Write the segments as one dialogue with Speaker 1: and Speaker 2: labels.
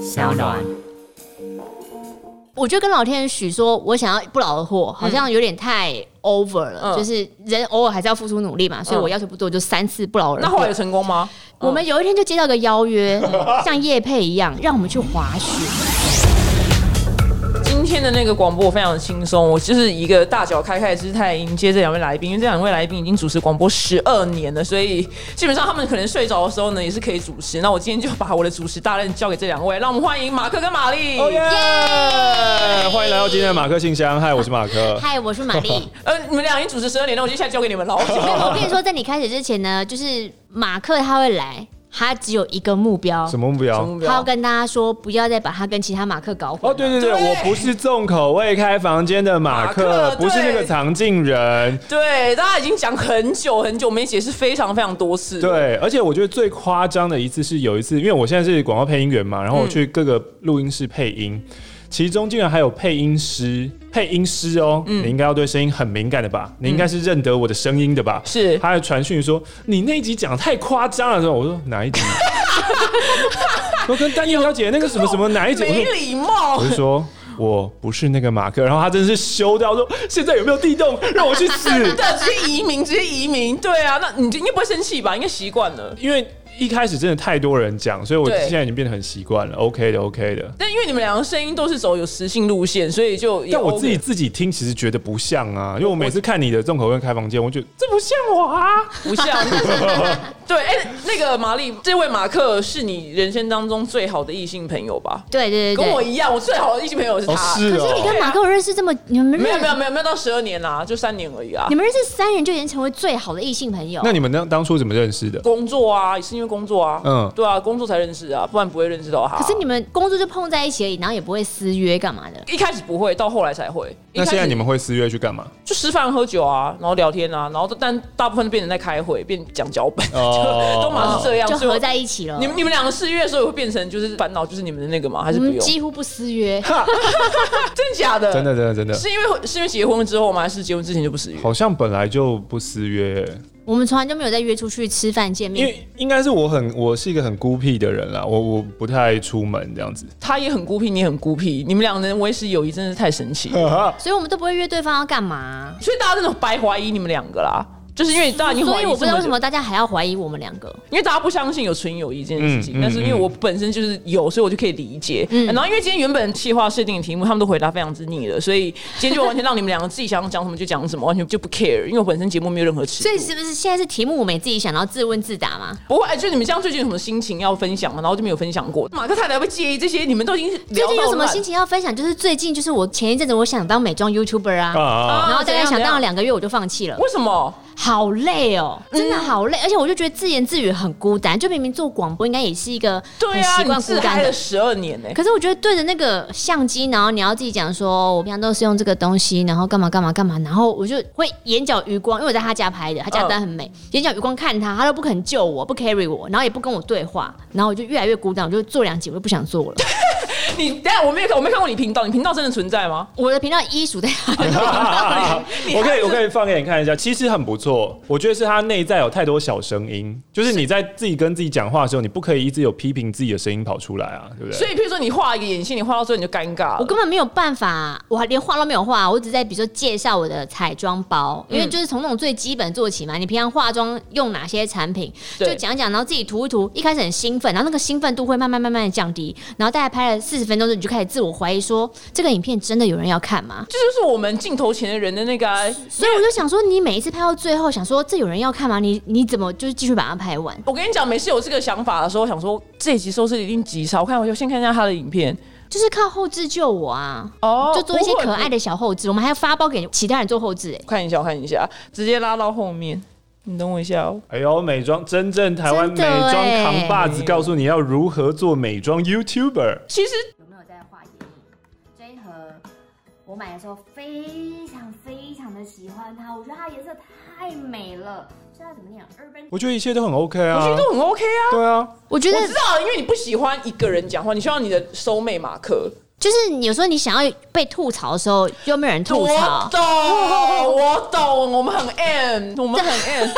Speaker 1: 小暖。
Speaker 2: 我就跟老天许说，我想要不劳而获，好像有点太 over 了。
Speaker 3: 嗯
Speaker 2: 就是人偶尔还是要付出努力嘛，所以我要求不多，就三次不劳而
Speaker 3: 那后来
Speaker 2: 获
Speaker 3: 有。成功吗？
Speaker 2: 我们有一天就接到个邀约，像叶佩一样，让我们去滑雪。
Speaker 3: 今天的那个广播我非常的轻松，我就是一个大脚开开的姿态迎接这两位来宾，因为这两位来宾已经主持广播十二年了，所以基本上他们可能睡着的时候呢也是可以主持。那我今天就把我的主持大任交给这两位，让我们欢迎马克跟玛丽。
Speaker 4: 哦耶！欢迎来到今天的马克信箱。嗨，我是马克。
Speaker 2: 嗨，我是玛 丽。
Speaker 3: 呃，你们俩已经主持十二年了，我就现在交给你们了。
Speaker 2: 我跟你说，在你开始之前呢，就是马克他会来，他只有一个目标，
Speaker 4: 什么目标？
Speaker 2: 他要跟大家说，不要再把他跟其他马克搞混。
Speaker 4: 哦，对对对，
Speaker 3: 对
Speaker 4: 我不是重口味开房间的马
Speaker 3: 马
Speaker 4: 克，
Speaker 3: 克
Speaker 4: 不是那个藏镜人。
Speaker 3: 对，大家已经讲很久很久，我们也解释非常非常多次。，
Speaker 4: 对，而且我觉得最夸张的一次是有一次，因为我现在是广告配音员嘛，然后我去各个录音室配音，其中竟然还有配音师，配音师哦，你应该要对声音很敏感的吧？你应该是认得我的声音的吧？
Speaker 3: 是
Speaker 4: 他还传讯说你那一集讲得太夸张了，我说哪一集？我跟丹妮小姐那个什么什么哪一集？我
Speaker 3: 没
Speaker 4: 说
Speaker 3: 礼貌
Speaker 4: 我。就说。我不是那个马克，然后他真是羞到说：“现在有没有地洞让我去死？”
Speaker 3: 对，直接移民，直接移民。对啊，那你就应该不会生气吧？应该习惯了。
Speaker 4: 因为一开始真的太多人讲，所以我
Speaker 3: 对
Speaker 4: 现在已经变得很习惯了，OK 的，OK 的。
Speaker 3: 但因为你们两个声音都是走有磁性路线，所以就也
Speaker 4: 但我
Speaker 3: OK
Speaker 4: 自己自己听，其实觉得不像啊，因为我每次看你的重口味开房间，我觉得这不像我啊。
Speaker 3: 不 像。对，哎、那个玛丽，这位马克是你人生当中最好的异性朋友吧？
Speaker 2: 对对对
Speaker 3: 跟
Speaker 2: 对
Speaker 3: 我。一样，我最好的异性朋友 是他。
Speaker 4: 哦，是
Speaker 2: 可是你
Speaker 4: 哦，
Speaker 2: 跟马克我认识这么，你们
Speaker 3: 没有
Speaker 2: 认
Speaker 3: 没有没有没有到十二年啦、就三年而已啊
Speaker 2: 你。们认识三人就已经成为最好的异性朋友。
Speaker 4: 那你们当当初怎么认识的？
Speaker 3: 工作啊，也是因为工作啊，嗯
Speaker 4: 嗯，
Speaker 3: 对啊，工作才认识啊，不然不会认识到他。
Speaker 2: 可是你们工作就碰在一起而已，然后也不会私约干嘛的。
Speaker 3: 一开始不会，到后来才会。
Speaker 4: 那现在你
Speaker 3: 们
Speaker 4: 们会私约去干嘛？
Speaker 3: 就吃饭喝酒啊，然后聊天啊，然后但大部分变成在开会，变讲脚本，
Speaker 4: 哦
Speaker 3: 就都嘛是这样，
Speaker 2: 就
Speaker 3: 所以我
Speaker 2: 合在一起了。
Speaker 3: 你们你们两个四月，所以会变成就是烦恼，就是你们的那个吗？还是
Speaker 2: 我
Speaker 3: 不
Speaker 2: 们
Speaker 3: 用？啊
Speaker 2: 几乎不私 约，
Speaker 3: 真假的？
Speaker 4: 真的，真的，真的，
Speaker 3: 是因为是因为结婚之后吗？还是结婚之前就不是约？
Speaker 4: 好像本来就不私约，
Speaker 2: 我们从来就没有再约出去吃饭见
Speaker 4: 因
Speaker 2: 面。
Speaker 4: 为应该是我很，我是一个很孤僻的人啦，我我不太出门这样 子。
Speaker 3: 他也很孤僻，你也很孤僻，你们两个人维持友谊真的太神奇了，
Speaker 4: 嗯啊
Speaker 2: 所以我们都不会约对方要干嘛、
Speaker 3: 所以大家真的白怀疑你们两个啦。就是因为大家已经怀疑
Speaker 2: 所以我不知道为什
Speaker 3: 这久
Speaker 2: 么，大家还要怀疑我们两个。
Speaker 3: 因为大家不相信有纯友谊这件事情，
Speaker 4: 嗯嗯
Speaker 3: 但是因为我本身就是有，所以我就可以理解。
Speaker 2: 嗯
Speaker 3: 然后因为今天原本计划设定的题目，他们都回答非常之逆了，所以今天就完全让你们两个自己想讲什么就讲什么，完全就不 care。因为我本身节目没有任何尺度，
Speaker 2: 所以是不是现在是题目我们也自己想，然后自问自答嘛？
Speaker 3: 不会，哎就你们这样最近有什么心情要分享吗？然后就没有分享过。马克太太会介意这些，你们都已经
Speaker 2: 最近有什么心
Speaker 3: 情？
Speaker 2: 情要分享？就是最近就是我前一阵子我想当美妆 YouTuber 啊，
Speaker 4: 啊啊！
Speaker 2: 然后大概想当了
Speaker 3: 两，
Speaker 2: 两个月我就放弃了，
Speaker 3: 为什么？
Speaker 2: 好累哦，真的好累，而且我就觉得自言自语很孤单，就明明做广播应该也是一个
Speaker 3: 对
Speaker 2: 很
Speaker 3: 啊，
Speaker 2: 习
Speaker 3: 你
Speaker 2: 惯孤
Speaker 3: 自
Speaker 2: 单
Speaker 3: 嗨
Speaker 2: 的
Speaker 3: 了十二年呢、
Speaker 2: 欸可是我觉得对着那个相机，然后你要自己讲说，哦我平常都是用这个东西，然后干嘛干嘛干嘛，然后我就会眼角余光，因为我在他家拍的，他家
Speaker 3: 嗯
Speaker 2: 单很美，眼角余光看他，他都不肯救我，不 carry 我，然后也不跟我对话，然后我就越来越孤单，我就做两集我就不想做了。
Speaker 3: 你等一下我没有看，我没看过你频道，你频道真的存在吗？
Speaker 2: 我的频道一属在他的频 道里，
Speaker 4: 我可以，我可以放给你看一下，其实很不错。我觉得是他内在有太多小声音，就是你在自己跟自己讲话的时候，你不可以一直有批评自己的声音跑出来 啊，对不对？
Speaker 3: 所以，譬如说你画一个眼线，你画到最后你就尴尬
Speaker 2: 我
Speaker 3: 了。
Speaker 2: 根本没有办法，我还连话都没有画，我只在比如说介绍我的彩妆包，
Speaker 3: 嗯
Speaker 2: 因为就是从那种最基本做起嘛。你平常化妆用哪些产品，
Speaker 3: 对
Speaker 2: 就讲一讲，然后自己涂一涂。一开始很兴奋，然后那个兴奋度会慢慢慢慢的降低，然后大概拍了四十分钟之后，你就开始自我怀疑说，这个影片真的有人要看吗？
Speaker 3: 这就是我们镜头前的人的那个啊、
Speaker 2: 所以我就想说，你每一次拍到最后，想说这有人要看吗？你你怎么就是继续把它拍完？
Speaker 3: 我跟你讲，每次有这个想法的时候，我想说这一集收视率一定极差。我看我就先看一下他的影片
Speaker 2: 就是靠后置救我啊！
Speaker 3: 哦
Speaker 2: 就做一些可爱
Speaker 3: 的。
Speaker 2: 的小后置，我们还要发包给其他人做后置、欸，
Speaker 3: 我看一下，我看一下，直接拉到后面。你等我一下哦。
Speaker 4: 哎呦，美妆真正台湾
Speaker 2: 真
Speaker 4: 美
Speaker 2: 的
Speaker 4: 妆
Speaker 2: 欸
Speaker 4: 扛把子，告诉你要如何做美妆 YouTuber。
Speaker 3: 其实
Speaker 5: 有没有在画眼影？这一盒我买的时候非常非常的喜欢它，我觉得它颜色太美了。不知道怎么念，Urban
Speaker 4: 我觉得一切都很 OK
Speaker 3: 我觉得，
Speaker 4: 啊
Speaker 3: 都很 OK 啊。
Speaker 4: 对啊，
Speaker 2: 我觉得
Speaker 3: 我知道，因为你不喜欢一个人讲话，你需要你的收妹马克。
Speaker 2: 就是有时候你想要被吐槽的时候，又没有人吐槽
Speaker 3: 我，懂，我懂，我们很 M，我们很 M。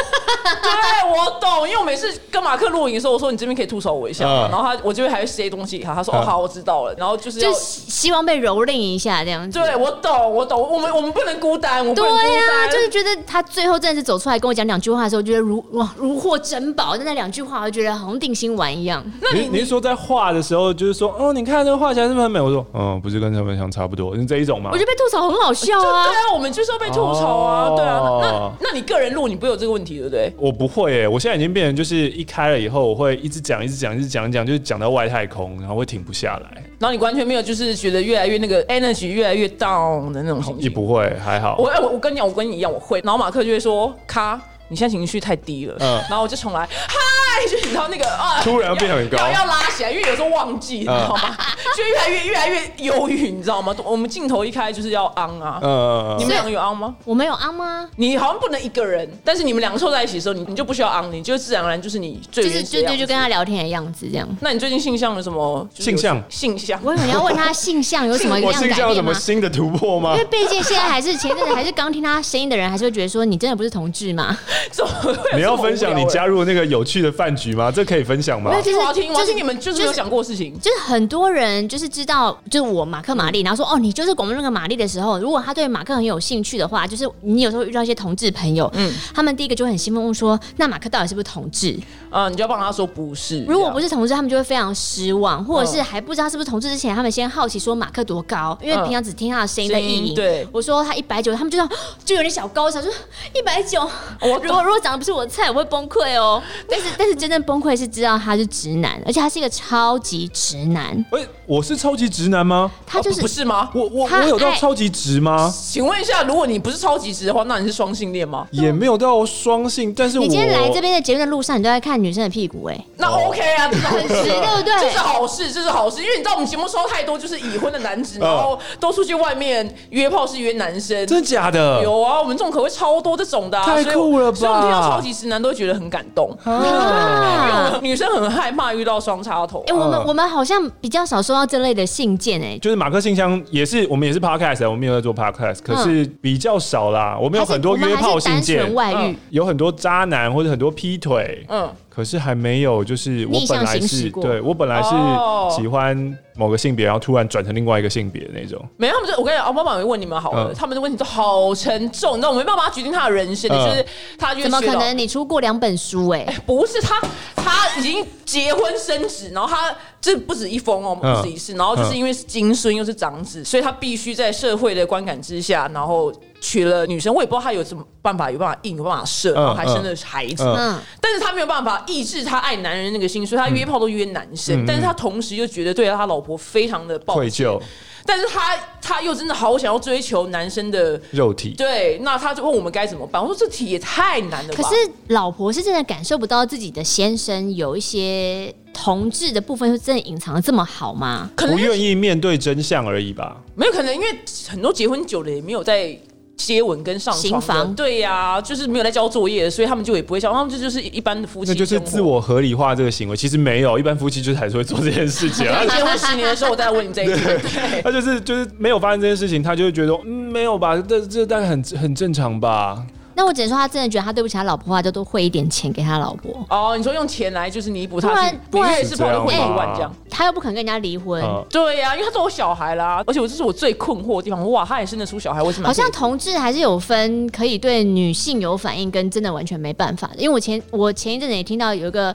Speaker 3: 对，我懂，因为我每次跟马克录影的时候，我说你这边可以吐槽我一下吗，
Speaker 4: 嗯
Speaker 3: 然后他我就会还会塞东西给他，他说
Speaker 4: 嗯
Speaker 3: 哦好，我知道了，然后就是要
Speaker 2: 就希希望被蹂躏一下这样子。
Speaker 3: 对我懂，我懂，我们我们不能孤单，我们不
Speaker 2: 对
Speaker 3: 能孤
Speaker 2: 呀、
Speaker 3: 单，
Speaker 2: 就是觉得他最后真的是走出来跟我讲两句话的时候，我觉得如哇如获珍宝。但那两句话，我就觉得好像定心丸 一样。
Speaker 4: 你你是说在画的时候，就是说，哦，你看这个画起来是不是很美？我说，嗯，不是跟他们想差不多，是这一种吗
Speaker 2: 我？觉得被吐槽很好笑
Speaker 3: 就
Speaker 2: 啊
Speaker 3: 对。啊，我们就是要被吐槽啊，
Speaker 4: 哦
Speaker 3: 对啊。那那那你个人录，你不会有这个问题，对不对？
Speaker 4: 我不会耶、欸我现在已经变成就是一开了以后，我会一直讲，一直讲，一直讲，讲就是讲到外太空，然后会停不下来。
Speaker 3: 然后你完全没有，就是觉得越来越那个 energy 越来越 down 的那种心
Speaker 4: 也
Speaker 3: 情。
Speaker 4: 哦不会，还好
Speaker 3: 我。哎我我跟你讲，我跟你一样，我会。然后马克就会说：“咔，你现在情绪太低了。
Speaker 4: 嗯
Speaker 3: 然后我就重来，嗨，就你知道那个啊，
Speaker 4: 突然变很高
Speaker 3: 要要要拉起来，因为有时候忘记，你知
Speaker 4: 嗯
Speaker 3: 道吗？就越来越越来越忧郁，你知道吗？我们镜头一开就是要 on 啊。
Speaker 4: 呃
Speaker 3: 你，们两个有 on 吗？
Speaker 2: 我没有啊吗？
Speaker 3: 你好像不能一个人，但是你们两个凑在一起的时候，你你就不需要 on，你就自然而然就是你最
Speaker 2: 就
Speaker 3: 原
Speaker 2: 是
Speaker 3: 始的
Speaker 2: 就
Speaker 3: 样
Speaker 2: 就
Speaker 3: 子
Speaker 2: 就跟他聊天的样子这样。
Speaker 3: 那你最近性向有什么？就是有
Speaker 4: 性向
Speaker 3: 性向，
Speaker 2: 我以为你要问他性向有什么样
Speaker 4: 我是
Speaker 2: 改
Speaker 4: 这样
Speaker 2: 变
Speaker 4: 什
Speaker 2: 吗
Speaker 4: 么？新的突破吗
Speaker 2: 因为？毕竟现在还是前阵子还是刚听他声音的人，还是会觉得说你真的不是同志吗？
Speaker 3: 怎么会有这么无聊的
Speaker 4: 你要分享你加入那个有趣的饭局吗？这可以分享吗
Speaker 2: 没？有
Speaker 3: 我要听，我要
Speaker 2: 就是
Speaker 3: 听你们就是
Speaker 2: 就是
Speaker 3: 有讲过的事情。
Speaker 2: 就是很多人就是知道，就是我马克玛丽，然后说哦，你就是广播那个玛丽的时候，如果他对马克很有兴趣的话，就是你有时候遇到一些同志朋友，嗯，他们第一个就会很兴奋问说，那马克到底是不是同志？
Speaker 3: 啊，你就要帮他说不是。
Speaker 2: 如果不
Speaker 3: 是，
Speaker 2: 是同志，他们就会非常失望，或者是
Speaker 3: 嗯
Speaker 2: 还不知道是不是同志之前，他们先好奇说马克多高，因为
Speaker 3: 嗯
Speaker 2: 平常只听他的声音在
Speaker 3: 声音
Speaker 2: 意淫。
Speaker 3: 对
Speaker 2: 我说他一百九，他们就说哦就有点小高潮，就哦一百九。
Speaker 3: 我
Speaker 2: 如果如果长得不是我的菜，我会崩溃 哦。但是但是真正崩溃是知道他是直男，而且他是一个超级直男，
Speaker 4: 喂，我是超级直男吗？
Speaker 2: 他就
Speaker 3: 哦不
Speaker 2: 是。
Speaker 3: 是吗？
Speaker 4: 我我
Speaker 2: 他
Speaker 4: 我有到
Speaker 2: 爱
Speaker 4: 超级直吗？
Speaker 3: 请问一下，如果你不是超级直的话，那你是双性恋吗？
Speaker 4: 也没有到双性，但是我
Speaker 2: 你今天来这边的节目的路上，你都在看女生的屁股、哎，
Speaker 3: 那 OK 啊，这是好
Speaker 2: 很直，对不
Speaker 3: 这是
Speaker 2: 对？
Speaker 3: 好事，这是好事，因为你知道我们节目收到太多就是已婚的男子，
Speaker 4: 嗯
Speaker 3: 然后都出去外面约炮是约男生。
Speaker 4: 真的假的？
Speaker 3: 有啊，我们这种口味超多这种的、啊，
Speaker 4: 太
Speaker 3: 所以
Speaker 4: 酷了吧
Speaker 3: 所以我们听到超级直男都会觉得很感动，
Speaker 2: 啊
Speaker 3: 女生很害怕遇到双插头
Speaker 2: 哎、。我们
Speaker 4: 嗯
Speaker 2: 我们好像比较少收到这类的信件、哎，
Speaker 4: 就是马克信箱也是，我们也是 podcast，啊我们也有在做 podcast，可是比较少啦。我们
Speaker 2: 嗯
Speaker 4: 有
Speaker 2: 还是
Speaker 4: 很多
Speaker 2: 我们
Speaker 4: 约炮
Speaker 2: 还是
Speaker 4: 信
Speaker 2: 单
Speaker 4: 件嗯
Speaker 2: 纯，外遇，
Speaker 4: 有很多渣男或者很多劈腿，
Speaker 3: 嗯，
Speaker 4: 可是还没有就是我
Speaker 2: 逆向
Speaker 4: 本来
Speaker 2: 行
Speaker 4: 是
Speaker 2: 驶过
Speaker 4: 对我本来
Speaker 3: 哦
Speaker 4: 是喜欢某个性别，然后突然转成另外一个性别的那种。
Speaker 3: 没有，他们就我跟你讲，奥哦巴马没问你们好了，
Speaker 4: 嗯
Speaker 3: 他们的问题都好沉重，你知道我没办法决定他的人生，
Speaker 4: 嗯
Speaker 3: 就是他就是
Speaker 2: 怎么可能？你出过两本书、哎，
Speaker 3: 不是他，他已经结婚生子，然后他这不止一封哦，
Speaker 4: 嗯
Speaker 3: 不止一次，然后就是因为是金孙又是长子，所以他必须在社会的观感之下，然后娶了女生。我也不知道他有什么办法，有办法硬，有办法射，
Speaker 4: 嗯
Speaker 3: 然后还生了孩子。
Speaker 4: 嗯
Speaker 2: 嗯，
Speaker 3: 但是他没有办法抑制他爱男人那个心，所以他约炮都约男生，但是他同时又觉得对他老婆非常的抱
Speaker 4: 嗯愧
Speaker 3: 歉，
Speaker 4: 疚
Speaker 3: 但是他他又真的好想要追求男生的，
Speaker 4: 肉体，
Speaker 3: 对，那他就问我们该怎么办。我说这题也太难了
Speaker 2: 可
Speaker 3: 吧。
Speaker 2: 是老婆是真的感受不到自己的先生有一些同志的部分，是真的隐藏的这么好吗？
Speaker 3: 可
Speaker 4: 不
Speaker 3: 能
Speaker 4: 愿意面对真相而已吧。
Speaker 3: 没有可能，因为很多结婚久了也没有在接吻跟上
Speaker 2: 行
Speaker 3: 床的，
Speaker 2: 房
Speaker 3: 对呀、就是没有在交作业，所以他们就也不会交，他们这就是一般的夫妻
Speaker 4: 那
Speaker 3: 生活，
Speaker 4: 就是自我合理化这个行为，其实没有，一般夫妻就是还是会做这件事情啊。
Speaker 3: 对。结婚十年的时候，我再来问你这一 题。对
Speaker 4: 他就是就是没有发生这件事情，他就会觉得嗯没有吧，这这大概很很正常吧。
Speaker 2: 那我只能说，他真的觉得他对不起他老婆，他就多汇一点钱给他老婆。
Speaker 3: 哦，你说用钱来就是弥补
Speaker 2: 不
Speaker 3: 他
Speaker 2: 然
Speaker 3: 去
Speaker 2: 不
Speaker 3: 每
Speaker 2: 然
Speaker 3: 月是跑
Speaker 4: 是
Speaker 3: 一
Speaker 4: 这样
Speaker 3: 一
Speaker 4: 吗
Speaker 3: 万这样。
Speaker 2: 他又不肯跟人家离婚，
Speaker 4: 嗯
Speaker 3: 对呀、因为他都有小孩啦，而且我这是我最困惑的地方。哇，他也生得出小孩，为什
Speaker 4: 嗯
Speaker 3: 么？
Speaker 2: 好像同志还是有分可以对女性有反应，跟真的完全没办法的。因为我前我前一阵子也听到有一个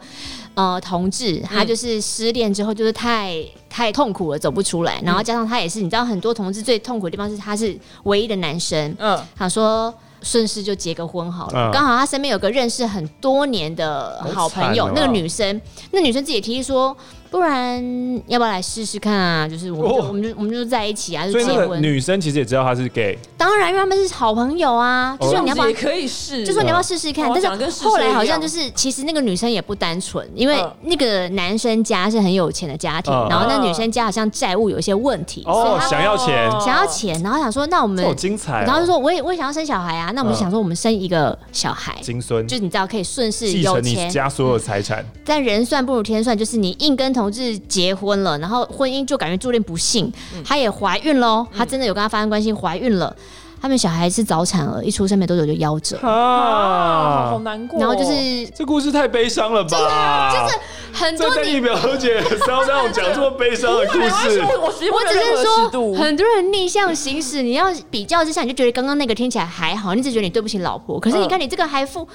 Speaker 2: 呃同志，
Speaker 4: 嗯
Speaker 2: 他就是失恋之后就是太。太痛苦了，走不出
Speaker 4: 嗯
Speaker 2: 来。然后加上他也是，你知道，很多同志最痛苦的地方是他是唯一的男生，
Speaker 3: 嗯，
Speaker 2: 想说顺势就结个婚好了。
Speaker 4: 嗯
Speaker 2: 刚、好他身边有个认识很多年的好朋友，
Speaker 4: 好惨哦
Speaker 2: 那个女生，那女生自己提议说，不然要不要来试试看啊？就是我们就、
Speaker 4: 哦
Speaker 2: 我们就我们就在一起啊，就
Speaker 4: 所以
Speaker 2: 结
Speaker 4: 那个
Speaker 2: 婚。
Speaker 4: 女生其实也知道他是 gay，
Speaker 2: 当然，因为他们是好朋友啊，就
Speaker 3: 这
Speaker 2: 说
Speaker 3: 样
Speaker 2: 你要不
Speaker 3: 子
Speaker 2: 要
Speaker 3: 也。可以试，
Speaker 2: 就说你要不要试试看
Speaker 3: 哦，讲
Speaker 2: 但
Speaker 3: 得跟
Speaker 2: 是
Speaker 3: 试
Speaker 2: 后来
Speaker 3: 射一
Speaker 2: 好像
Speaker 3: 样
Speaker 2: 就是，其实那个女生也不单纯，因为
Speaker 3: 嗯
Speaker 2: 那个男生家是很有钱的家庭，
Speaker 4: 嗯
Speaker 2: 然后那女生家好像债务有一些问题，
Speaker 4: 哦
Speaker 2: 所以
Speaker 4: 想要钱
Speaker 2: 她想要钱，然后想说那我
Speaker 4: 这
Speaker 2: 们
Speaker 4: 好精彩、
Speaker 2: 然后
Speaker 4: 哦
Speaker 2: 就说我也我也想要生小孩啊，那我们就
Speaker 4: 嗯
Speaker 2: 想说我们生一个小孩，
Speaker 4: 金孙
Speaker 2: 就是你知道可以顺势
Speaker 4: 继
Speaker 2: 有
Speaker 4: 承
Speaker 2: 钱
Speaker 4: 你，家所有财产，
Speaker 2: 但人算不如天算，就是你硬跟同志结婚了，然后婚姻就感觉注定不幸，她也怀孕喽，她真的有跟他发生关系，怀孕了，他们小孩是早产儿，一出生没多久就夭折，
Speaker 3: 啊，
Speaker 4: 啊
Speaker 3: 好，难过。
Speaker 2: 然后就是
Speaker 4: 这故事太悲伤了吧？
Speaker 2: 就是很多
Speaker 4: 这在
Speaker 2: 你
Speaker 4: 你表姐 稍让我讲这么悲伤的故
Speaker 3: 没关系，
Speaker 4: 事，
Speaker 3: 我我
Speaker 2: 我只是说，
Speaker 3: 很
Speaker 2: 很多人逆向行驶，你要比较之下，你就觉得刚刚那个听起来还好，你只觉得你对不起老婆。可是你看，你这个还付、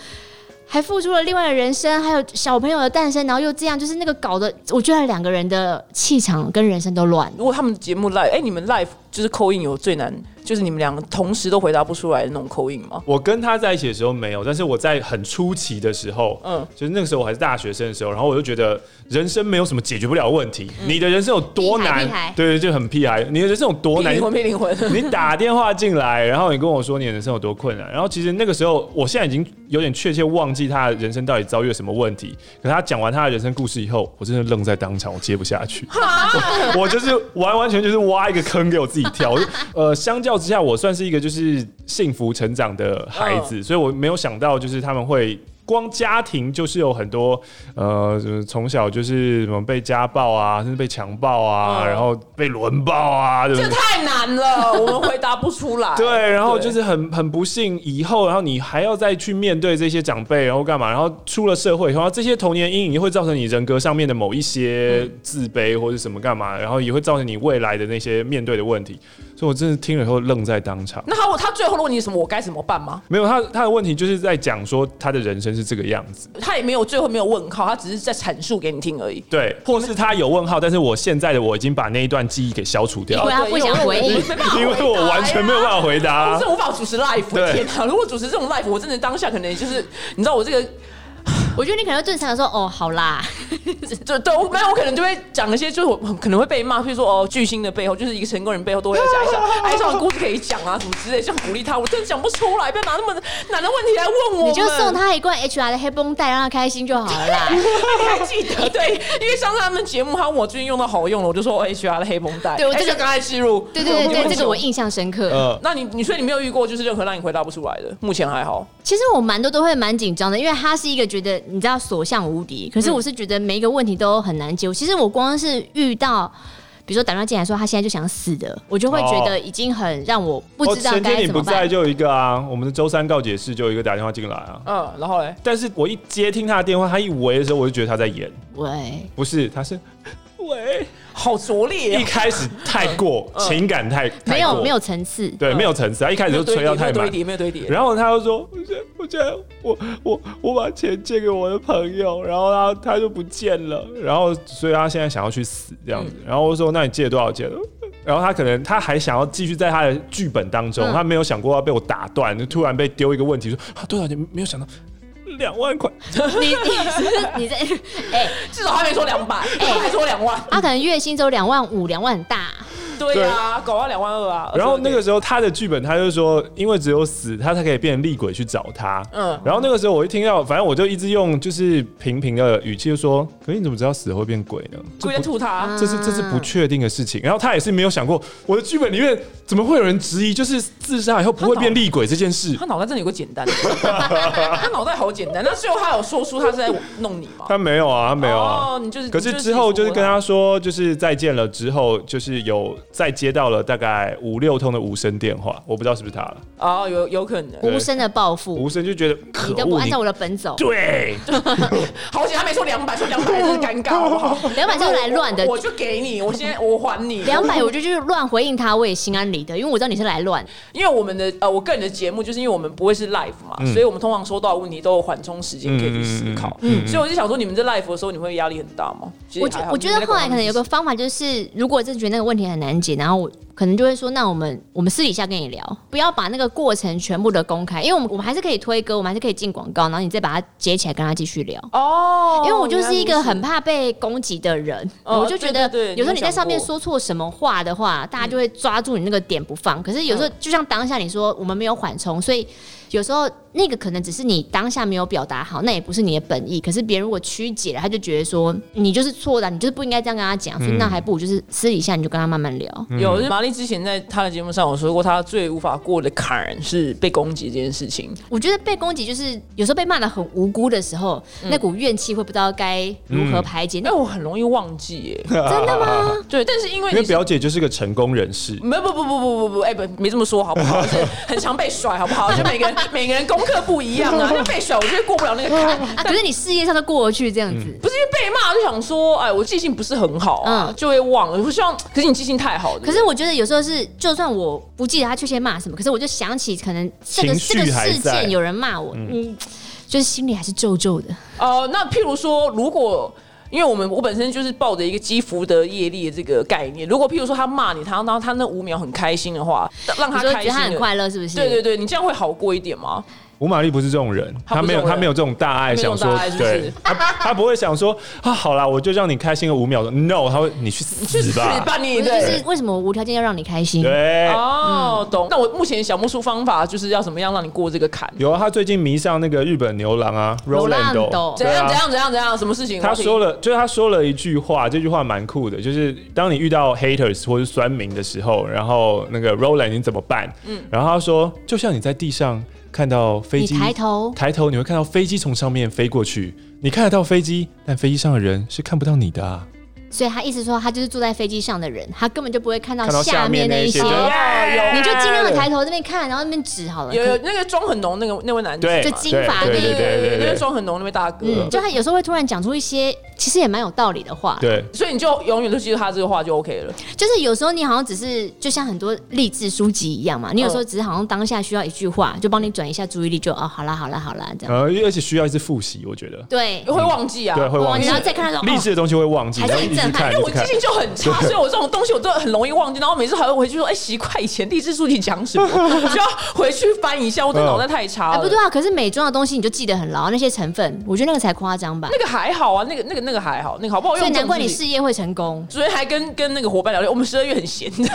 Speaker 2: 还付出了另外的人生，还有小朋友的诞生，然后又这样，就是那个搞得，我觉得两个人的气场跟人生都乱了。
Speaker 3: 如果他们节目 live，哎、你们 live 就是扣印有最难，就是你们两个同时都回答不出来的那种扣印吗？
Speaker 4: 我跟他在一起的时候没有，但是我在很初期的时候，
Speaker 3: 嗯
Speaker 4: 嗯，就是那个时候我还是大学生的时候，然后我就觉得人生没有什么解决不了的问题，你的人生有多
Speaker 2: 嗯屁孩
Speaker 4: 难？
Speaker 2: 屁
Speaker 4: 对对，就很屁孩，你的人生有多
Speaker 3: 没
Speaker 4: 难
Speaker 3: 灵？魂，没灵魂。
Speaker 4: 你打电话进来，然后你跟我说你的人生有多困难，然后其实那个时候，我现在已经有点确切忘记他的人生到底遭遇了什么问题。可他讲完他的人生故事以后，我真的愣在当场，我接不下去。我我就是完完全就是挖一个坑给我自己跳。我就呃，相较之下，我算是一个就是幸福成长的孩子，所以我没有想到就是他们会。光家庭就是有很多，呃，什么从小就是什么被家暴啊，甚至被强暴啊，
Speaker 3: 嗯
Speaker 4: 然后被轮暴啊，对不
Speaker 3: 这
Speaker 4: 对？
Speaker 3: 太难了，我们回答不出来。
Speaker 4: 对，然后
Speaker 3: 对
Speaker 4: 就是很很不幸，以后然后你还要再去面对这些长辈，然后干嘛？然后出了社会以后，然后这些童年阴影会造成你人格上面的某一些
Speaker 2: 嗯
Speaker 4: 自卑或者什么干嘛，然后也会造成你未来的那些面对的问题。所以我真的听了以后愣在当场。
Speaker 3: 那他他最后的问题是什么？我该怎么办吗？
Speaker 4: 没有他他的问题就是在讲说他的人生是这个样子，
Speaker 3: 他也没有最后没有问号，他只是在阐述给你听而已。
Speaker 4: 对，或是他有问号，但是我现在的我已经把那一段记忆给消除掉
Speaker 2: 因为
Speaker 4: 了，
Speaker 2: 他不想回应
Speaker 3: 因为我没办法
Speaker 4: 因为
Speaker 3: 回答
Speaker 4: 我完全没有办法回答、
Speaker 3: 我是无法主持 live，我的
Speaker 4: 对
Speaker 3: 天哪！如果主持这种 live，我真的当下可能也就是，你知道我这个
Speaker 2: 我觉得你可能会正常的说，哦，好啦，
Speaker 3: 就对，我没有，我可能就会讲一些，就是我可能会被骂，譬如说哦，巨星的背后就是一个成功人背后都会要加一下 哀伤的故事可以讲啊，什么之类，像鼓励他，我真的讲不出来，不要拿那么难的问题来问我。
Speaker 2: 你就送，他一罐 HR 的黑绷带，让他开心就好了 啦。
Speaker 3: 你还记得？对，因为上次他们节目，还有我最近用到好用了，我就说 HR 的黑绷带，
Speaker 2: 对我这个
Speaker 3: 哎就刚才记录，
Speaker 2: 对对对对，这个我
Speaker 3: 印。
Speaker 2: 印象深刻。
Speaker 4: 呃，
Speaker 3: 那你你所以你没有遇过就是任何让你回答不出来的，目前还好。
Speaker 2: 其实我蛮多都会蛮紧张的，因为他是一个觉得你知道所向无敌，可是我是觉得每一个问题都很难解。其实我光是遇到。比如说打电话进来说他现在就想死的，我就会觉得已经很让我不
Speaker 4: 我
Speaker 2: 知道
Speaker 4: 哦前天
Speaker 2: 该
Speaker 4: 你
Speaker 2: 怎
Speaker 4: 不
Speaker 2: 么
Speaker 4: 在
Speaker 2: 办。
Speaker 4: 就有一个啊，我们的周三告解室就有一个打电话进来啊，
Speaker 3: 嗯，然后嘞，
Speaker 4: 但是我一接听他的电话，他一喂的时候，我就觉得他在演，
Speaker 2: 喂，
Speaker 4: 不是，他是喂。
Speaker 3: 好拙劣、啊，
Speaker 4: 一开始太过
Speaker 3: 嗯
Speaker 4: 情感太
Speaker 2: 没有没，
Speaker 4: 太过
Speaker 2: 有层 次，
Speaker 4: 对，
Speaker 3: 嗯
Speaker 4: 没有层次，他一开始
Speaker 3: 没有
Speaker 4: 就
Speaker 3: 堆
Speaker 4: 吹到
Speaker 3: 叠，没
Speaker 4: 太
Speaker 3: 有堆
Speaker 4: 满。
Speaker 3: 叠，没有堆叠。
Speaker 4: 然后他就说：“我觉得我觉得我我我把钱借给我的朋友，然后他他就不见了，然后所以他现在想要去死这样子。
Speaker 3: 嗯
Speaker 4: 然后我说：那你借多少钱？然后他可能他还想要继续在他的剧本当中，
Speaker 2: 嗯
Speaker 4: 他没有想过要被我打断，就突然被丢一个问题说：啊多少钱？没有想到两万块。
Speaker 2: 你你你在，哎、
Speaker 3: 至少他没说两百，他还说两万。
Speaker 2: 他可能月薪只有两万五，两万很大，
Speaker 3: 对啊，搞到两万二啊。
Speaker 4: 然后那个
Speaker 3: 22
Speaker 4: 时候他的剧本，他就说，因为只有死，他才可以变成厉鬼去找他。
Speaker 3: 嗯
Speaker 4: 嗯，然后那个时候我一听到，反正我就一直用就是平平的语气就说，可是你怎么知道死了会变鬼呢？
Speaker 3: 故
Speaker 4: 这
Speaker 3: 意在
Speaker 4: 不
Speaker 3: 吐他
Speaker 2: 啊，
Speaker 4: 这是这是不确定的事情。然后他也是没有想过，我的剧本里面怎么会有人质疑，就是自杀以后不会变厉鬼这件事
Speaker 2: 哦
Speaker 3: 他？脑袋真的有个简单的， 他脑袋好简单。那最后他有说出他是在弄你吗？
Speaker 4: 他没有啊，他没有啊。
Speaker 3: 哦，你就是。
Speaker 4: 可是之后就是跟他说，就是再见了之后，就是有再接到了大概五六通的无声电话，我不知道是不是他了。
Speaker 3: 啊，有有可能，
Speaker 2: 无声的报复，
Speaker 4: 无声就觉得
Speaker 2: 哦
Speaker 4: 可
Speaker 2: 你
Speaker 4: 恶，
Speaker 2: 都不按
Speaker 4: 你
Speaker 2: 照我的本走，
Speaker 4: 对，
Speaker 3: 好险他没说两百，说两百是尴尬，好 不好？
Speaker 2: 两百是来乱的
Speaker 3: 我，我就给你，我现在我还你
Speaker 2: 两哎百我就就是乱回应他，我也心安理得，因为我知道你是来乱，
Speaker 3: 因为我们的呃，我个人的节目就是因为我们不会是 live 嘛，
Speaker 4: 嗯
Speaker 3: 所以我们通常收到的问题都有缓冲时间可以去思考。
Speaker 4: 嗯
Speaker 3: 所以我就想说，你们在 live 的时候，你们会压力很大吗？其实
Speaker 2: 我
Speaker 3: 还
Speaker 2: 觉
Speaker 3: 好
Speaker 2: 我觉得后来可能有个，方法，就是如果真的觉得那个问题很难解，然后我可能就会说，那我们我们私底下跟你聊，不要把那个过程全部的公开，因为我们我们还是可以推歌，我们还是可以进广告，然后你再把它接起来跟他继续聊。
Speaker 3: 哦，
Speaker 2: 因为我就是一个很
Speaker 3: 原来如
Speaker 2: 怕被攻击的人，
Speaker 3: 哦
Speaker 2: 我就觉得
Speaker 3: 对对对
Speaker 2: 有时候你在上面
Speaker 3: 你有讲
Speaker 2: 说错什么话的
Speaker 3: 嗯
Speaker 2: 话，大家就会抓住你那个点不放。可是有时候就像当下你说我们没有缓冲，所以有时候那个可能只是你当下没有表达好，那也不是你的本意。可是别人如果曲解了，他就觉得说你就是错的啊，你就是不应该这样跟他讲，所以
Speaker 3: 嗯
Speaker 2: 那还不如就是私底下你就跟他慢慢聊。
Speaker 3: 有，就是玛丽之前在她的节目上有说过，她最无法过的坎儿是被攻击这件事情。
Speaker 2: 我觉得被攻击就是有时候被骂的很无辜的时候，
Speaker 3: 嗯
Speaker 2: 那股怨气会不知道该如何排解。
Speaker 3: 哎，我很容易忘记耶。
Speaker 2: 那真的 吗？
Speaker 3: 对，但是因为
Speaker 4: 因为
Speaker 3: 你是。
Speaker 4: 表姐就是个成功人士，
Speaker 3: 没不不不不不不，哎、不没这么说好不好？是很常被甩好不好？就每个人每个人功课不一样啊，就被甩，我觉得过不了那个坎。
Speaker 2: 啊，可是你事业上都过得去这样子。
Speaker 3: 不是因为被骂就想说，哎，我记性不是很好啊，
Speaker 2: 嗯
Speaker 3: 就会忘了。我希望，可是你记性太好了，
Speaker 2: 可是我觉得有时候是，就算我不记得他确切骂什么，可是我就想起可能这个
Speaker 4: 情
Speaker 2: 这个
Speaker 4: 绪还
Speaker 2: 事
Speaker 4: 在
Speaker 2: 件有人骂我，嗯，就是心里还是皱皱的。
Speaker 3: 呃，那譬如说，如果因为我们我本身就是抱着一个积福德业力的这个概念，如果譬如说他骂你，他然后他那五秒很开心的话，让
Speaker 2: 你
Speaker 3: 他
Speaker 2: 说
Speaker 3: 开
Speaker 2: 觉得
Speaker 3: 心
Speaker 2: 他很
Speaker 3: 的
Speaker 2: 快乐是不是？
Speaker 3: 对对对，你这样会好过一点吗？
Speaker 4: 吴玛丽不是这种人，
Speaker 3: 她
Speaker 4: 她
Speaker 3: 不是这
Speaker 4: 没有
Speaker 3: 种人
Speaker 4: 她没有这种大爱，
Speaker 3: 没有
Speaker 4: 想
Speaker 3: 这种
Speaker 4: 说
Speaker 3: 大爱是不是
Speaker 4: 对，她她不会想说啊，好啦，我就让你开心个五秒钟，no，她会你去死
Speaker 3: 是
Speaker 4: 吧，
Speaker 3: 吧？你
Speaker 2: 我觉
Speaker 3: 对。
Speaker 2: 得就是嗯为什么我无条件要让你开心？
Speaker 4: 对。
Speaker 3: 哦，懂。那我目前想不出方法，就是要怎么样让你过这个坎？
Speaker 4: 有啊，她最近迷上那个日本牛郎啊 r o l a n
Speaker 2: Rolando
Speaker 4: d
Speaker 3: 哦怎
Speaker 4: 对
Speaker 3: 样
Speaker 4: 啊
Speaker 3: 怎，样怎样怎样？什么事情？
Speaker 4: 他
Speaker 3: 我听
Speaker 4: 说了，就是他说了一句话，这句话蛮酷的，就是当你遇到 haters 或是酸民的时候，然后那个 Roland 你怎么办？嗯，然后他说，就像你在地上看到飞机，
Speaker 2: 你抬头
Speaker 4: 抬头你会看到飞机从上面飞过去，你看得到飞机，但飞机上的人是看不到你的啊。
Speaker 2: 所以他意思说，他就是坐在飞机上的人，他根本就不会看到
Speaker 4: 看到
Speaker 2: 下面那
Speaker 4: 那
Speaker 2: 一些
Speaker 4: 些，。
Speaker 3: 哦有
Speaker 2: 你就尽量的抬头那边看，然后那边指好了。
Speaker 3: 有有那个妆很浓那个那位男子
Speaker 4: 对，
Speaker 2: 就
Speaker 3: 嘛
Speaker 2: 金
Speaker 4: 对
Speaker 2: 发
Speaker 4: 对
Speaker 2: 那
Speaker 4: 对
Speaker 2: 个
Speaker 4: 对对
Speaker 3: 那个
Speaker 4: 对对
Speaker 3: 妆很浓那位大哥，
Speaker 2: 嗯，就他有时候会突然讲出一些其实也蛮有道理的话。
Speaker 4: 对，
Speaker 3: 所以你就永远都记住他这个话就 OK 了。
Speaker 2: 就是有时候你好像只是就像很多励志书籍一样嘛，你有
Speaker 3: 哦
Speaker 2: 时候只是好像当下需要一句话，就帮你转移一下注意力，就哦，好啦好啦好啦
Speaker 3: 嗯
Speaker 2: 这样。
Speaker 4: 然后而且呃需要一次复习，我觉得，
Speaker 2: 对，
Speaker 3: 会忘记啊，
Speaker 4: 嗯对，会忘记
Speaker 2: 然，后再看到
Speaker 4: 励
Speaker 2: 说，
Speaker 4: 志的东西会忘记，
Speaker 2: 还是
Speaker 4: 然后
Speaker 2: 很
Speaker 4: 一直
Speaker 2: 震撼
Speaker 4: 看，
Speaker 3: 因为哎
Speaker 4: 一
Speaker 3: 我
Speaker 4: 直
Speaker 3: 记性
Speaker 4: 看。
Speaker 3: 就很差，所以我这种东西我都很容易忘记，然后每次还会回去说，哎、奇怪，以前励志书籍讲什么，我就要回去翻一下，我的脑袋太差
Speaker 2: 哎
Speaker 3: 了。
Speaker 2: 不对啊，可是美妆的东西你就记得很牢，那些成分，我觉得那个才夸张吧
Speaker 3: 那。个还好啊，那个那个那个还好，那个好不好
Speaker 2: 所
Speaker 3: 用
Speaker 2: 以
Speaker 3: 政
Speaker 2: 难
Speaker 3: 治？
Speaker 2: 怪你事业会成功，
Speaker 3: 昨天还跟跟那个伙伴聊天，我们十二月很闲，
Speaker 2: 真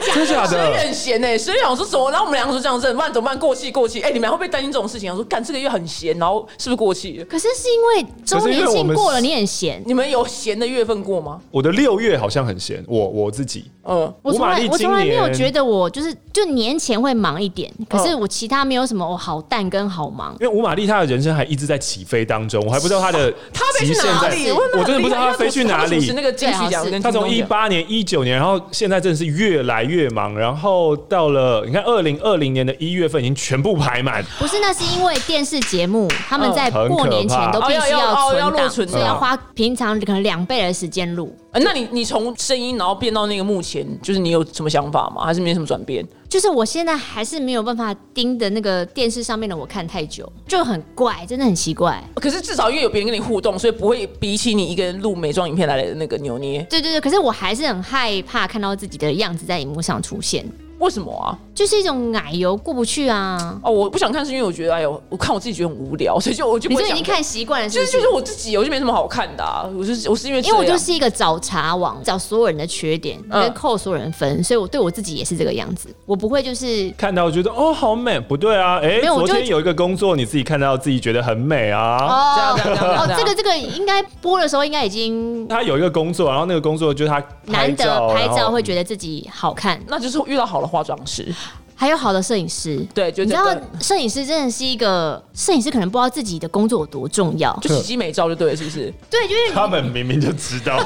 Speaker 2: 的假
Speaker 4: 真
Speaker 2: 的？
Speaker 4: 假
Speaker 3: 十二月
Speaker 4: 的？
Speaker 3: 很闲呢、十二月想说怎么，然后我们两个说这样子，不然怎么办？过气过气，哎、你们还会不会担心这种事情？我说干这个月很闲，然后是不是过气了？
Speaker 2: 可是是因为周年庆过了，你很闲。
Speaker 3: 你们有闲的月份过吗？
Speaker 4: 我的六月好像很闲，我我自己，
Speaker 3: 嗯，
Speaker 2: 我从
Speaker 4: 我玛
Speaker 2: 来
Speaker 4: 丽
Speaker 2: 我从来
Speaker 4: 今
Speaker 2: 没
Speaker 4: 年
Speaker 2: 有觉得我就是就年前会忙一点，可
Speaker 3: 哦
Speaker 2: 是我其他没有什么我好淡跟好忙。
Speaker 4: 因为吴玛丽她的人生还一直在起飞当中，我还不知道她的
Speaker 3: 他飞
Speaker 4: 极
Speaker 3: 去
Speaker 4: 限
Speaker 3: 哪
Speaker 4: 在
Speaker 3: 里？
Speaker 2: 我
Speaker 3: 很
Speaker 4: 我真的不知道他飞去哪里
Speaker 3: 因为他主持那个金曲奖跟
Speaker 4: 他
Speaker 3: 金
Speaker 4: 从
Speaker 3: 钟
Speaker 4: 一
Speaker 3: 奖
Speaker 4: 八年、一九年，然后现在真的是越来越忙，然后到了你看二零二零年的一月份已经全部排满，
Speaker 2: 不是，那是因为电视节目他们在
Speaker 4: 嗯很可
Speaker 2: 过年前
Speaker 4: 怕
Speaker 2: 都必须
Speaker 3: 哦要要哦
Speaker 2: 存
Speaker 3: 要录
Speaker 2: 档，
Speaker 3: 存
Speaker 2: 所以要
Speaker 3: 档
Speaker 2: 花平常可能两倍的时间录。
Speaker 3: 呃那你你从声音然后变到那个幕前，就是你有什么想法吗？还是没什么转变？
Speaker 2: 就是我现在还是没有办法盯着那个电视上面的我看太久，就很怪，真的很奇怪。
Speaker 3: 可是至少因为有别人跟你互动，所以不会比起你一个人录美妆影片来的那个扭捏。
Speaker 2: 对对对，可是我还是很害怕看到自己的样子在荧幕上出现，
Speaker 3: 为什么啊？
Speaker 2: 就是一种奶油过不去啊。
Speaker 3: 哦，我不想看是因为我觉得，哎呦，我看我自己觉得很无聊， 所以就我就
Speaker 2: 你
Speaker 3: 不
Speaker 2: 说
Speaker 3: 会
Speaker 2: 已
Speaker 3: 想
Speaker 2: 经。看习惯了是
Speaker 3: 就
Speaker 2: 不
Speaker 3: 是
Speaker 2: 是，
Speaker 3: 就是我自己，我就没什么好看的、啊。我是我是因为
Speaker 2: 因为我
Speaker 3: 这样
Speaker 2: 就是一个找茬王，找所有人的缺点
Speaker 3: 嗯
Speaker 2: 跟扣所有人分，所以我对我自己也是这个样子，我不会就是。
Speaker 4: 看到觉得哦好美，不对啊，哎、
Speaker 2: 没有我
Speaker 4: 昨
Speaker 2: 就
Speaker 4: 天有一个工作你自己看到自己觉得很美啊。
Speaker 3: 这样
Speaker 2: 哦
Speaker 3: 这样这样
Speaker 2: 哦，
Speaker 3: 样
Speaker 2: 这个这个应该播的时候应该已经
Speaker 4: 他有一个工作，然后那个工作就是他拍
Speaker 2: 难
Speaker 4: 照，
Speaker 2: 得拍
Speaker 4: 然
Speaker 2: 照
Speaker 4: 后
Speaker 2: 会觉得自己好看，
Speaker 3: 那就是遇到好的化妆师，
Speaker 2: 还有好的摄影师。
Speaker 3: 对，就
Speaker 2: 你知
Speaker 3: 这
Speaker 2: 道
Speaker 3: 个
Speaker 2: 摄影师真的是一个摄影师，可能不知道自己的工作有多重要。
Speaker 3: 就洗肌美照就对了，是 不是？
Speaker 2: 对，就是
Speaker 4: 他们明明就知 道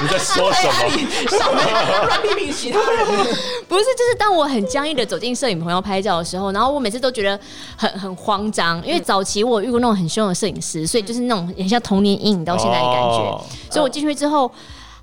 Speaker 4: 你在说什么。
Speaker 3: 上面乱批评其他人，
Speaker 2: 不是就是当我很僵硬的走进摄影棚要拍照的时候，然后我每次都觉得很很慌张，因为早期我有遇过那种很凶的摄影师，所以就是那种很像童年阴影到现在的感觉。
Speaker 4: 哦
Speaker 2: 所以
Speaker 3: 嗯
Speaker 2: 我进去之后。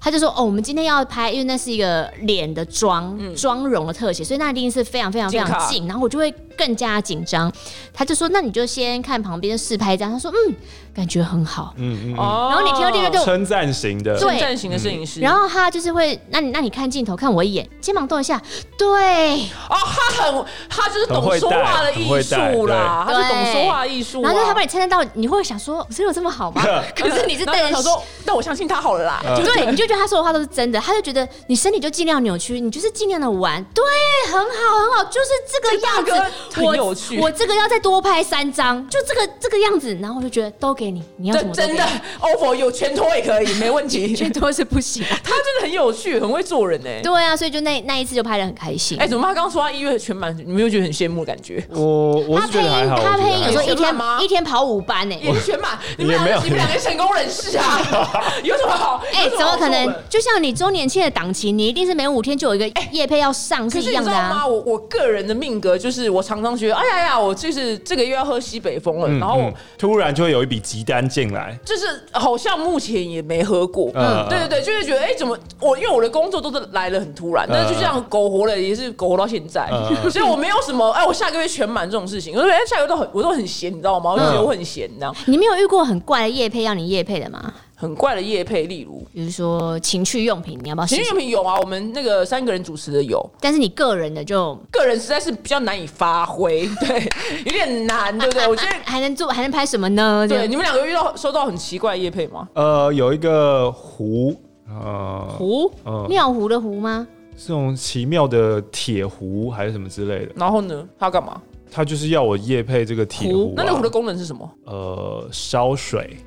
Speaker 2: 他就说：“哦，我们今天要拍，因为那是一个脸的妆
Speaker 3: 嗯
Speaker 2: 妆容的特写，所以那一定是非常非常非
Speaker 3: 近
Speaker 2: 常
Speaker 3: 看
Speaker 2: 近。然后我就会更加紧张。他就说：那你就先看旁边试拍一张。他说：嗯，感觉很好。
Speaker 4: 嗯嗯嗯，
Speaker 3: 哦
Speaker 2: 然后你听到这个就
Speaker 4: 称赞型的，
Speaker 2: 对
Speaker 3: 称赞型的摄影师，
Speaker 2: 然后他就是会，那你那你看镜头，看我一眼，肩膀动一下，对，
Speaker 3: 哦，他很，他就是
Speaker 4: 很
Speaker 3: 懂
Speaker 4: 会
Speaker 3: 说
Speaker 4: 带
Speaker 3: 话的
Speaker 4: 很
Speaker 3: 艺
Speaker 4: 会带
Speaker 3: 术啦，他
Speaker 2: 对
Speaker 3: 是懂说话的艺术啊。
Speaker 2: 然后就他帮你称赞到，你会想说，真有这么 好吗？可是你是
Speaker 3: 然后
Speaker 2: 带着。
Speaker 3: 想说，但我相信他好了啦。
Speaker 4: 呃
Speaker 3: 就
Speaker 2: 对，你就觉得他说的话都是真的，他就觉得你身体就尽量扭曲，你就是尽量的玩，对，很好，很好，就是这个
Speaker 3: 大
Speaker 2: 样
Speaker 3: 哥
Speaker 2: 子。
Speaker 3: 很有趣
Speaker 2: 我。我这个要再多拍三张，就这个这个样子，然后我就觉得都给你，你要什
Speaker 3: 真
Speaker 2: 么都给
Speaker 3: 真
Speaker 2: 你
Speaker 3: 的 offer 有全脱也可以，没问 题。
Speaker 2: 全都是不行。
Speaker 3: 他真的很有趣，很会做人 哎、
Speaker 2: 对啊，所以就那那一次就拍的很开心。
Speaker 3: 哎、怎么他刚刚说他一月全满，你们有觉得很羡慕的感觉？
Speaker 4: 我我
Speaker 2: 他
Speaker 4: 是
Speaker 2: 配
Speaker 4: 觉得还
Speaker 2: 音，
Speaker 4: 好，
Speaker 2: 他
Speaker 4: 我觉得
Speaker 2: 配音有
Speaker 4: 还好
Speaker 2: 时候
Speaker 3: 有
Speaker 2: 一
Speaker 3: 乱吗
Speaker 2: 天一天跑五班欸呢、
Speaker 3: 也是全满，你们
Speaker 4: 也没
Speaker 3: 两
Speaker 4: 有
Speaker 3: 个你们两个成功人士 啊，有什么好？
Speaker 2: 哎、
Speaker 3: 有什
Speaker 2: 怎么
Speaker 3: 好
Speaker 2: 可
Speaker 3: 做的
Speaker 2: 能？就像你周年庆的档期，你一定是每五天就有一个夜配要上，
Speaker 3: 可是
Speaker 2: 一
Speaker 3: 你
Speaker 2: 样
Speaker 3: 知
Speaker 2: 的
Speaker 3: 道
Speaker 2: 啊
Speaker 3: 吗？。我我个人的命格就是，我常常觉得，哎呀呀，我就是这个月要喝西北风了，
Speaker 4: 嗯
Speaker 3: 然后我
Speaker 4: 嗯突然就会有一笔急单进来，
Speaker 3: 就是好像目前也没喝过。
Speaker 4: 嗯
Speaker 3: 对对对，就是觉得哎、怎么我因为我的工作都是来了很突然，但是就这样苟活了，也是苟活到现在，
Speaker 4: 嗯嗯
Speaker 3: 所以我没有什么哎、我下个月全满这种事情，我说哎、下个月都很我都很闲，你知道吗？我就觉得我很闲，这样
Speaker 4: 嗯
Speaker 2: 你没有遇过很怪的夜配让你夜配的吗？
Speaker 3: 很怪的夜配，例如
Speaker 2: 比如说情趣用品，你要不要试
Speaker 3: 情
Speaker 2: 试？
Speaker 3: 趣用品有啊，我们那个三个人主持的有，
Speaker 2: 但是你个人的就
Speaker 3: 个人实在是比较难以发挥， 对，有点难，对不对？我 觉得
Speaker 2: 还能做，还能拍什么呢？这
Speaker 3: 对，
Speaker 2: 样
Speaker 3: 你们两个遇到收到很奇怪的叶配吗？
Speaker 4: 呃，有一个壶，呃，
Speaker 3: 壶，
Speaker 4: 呃，
Speaker 2: 尿壶的壶吗？
Speaker 4: 这种奇妙的铁壶还是什么之类的，
Speaker 3: 然后呢，他要干嘛？
Speaker 4: 他就是要我夜配这个铁壶、啊，
Speaker 3: 那那壶的功能是什么？
Speaker 4: 呃烧水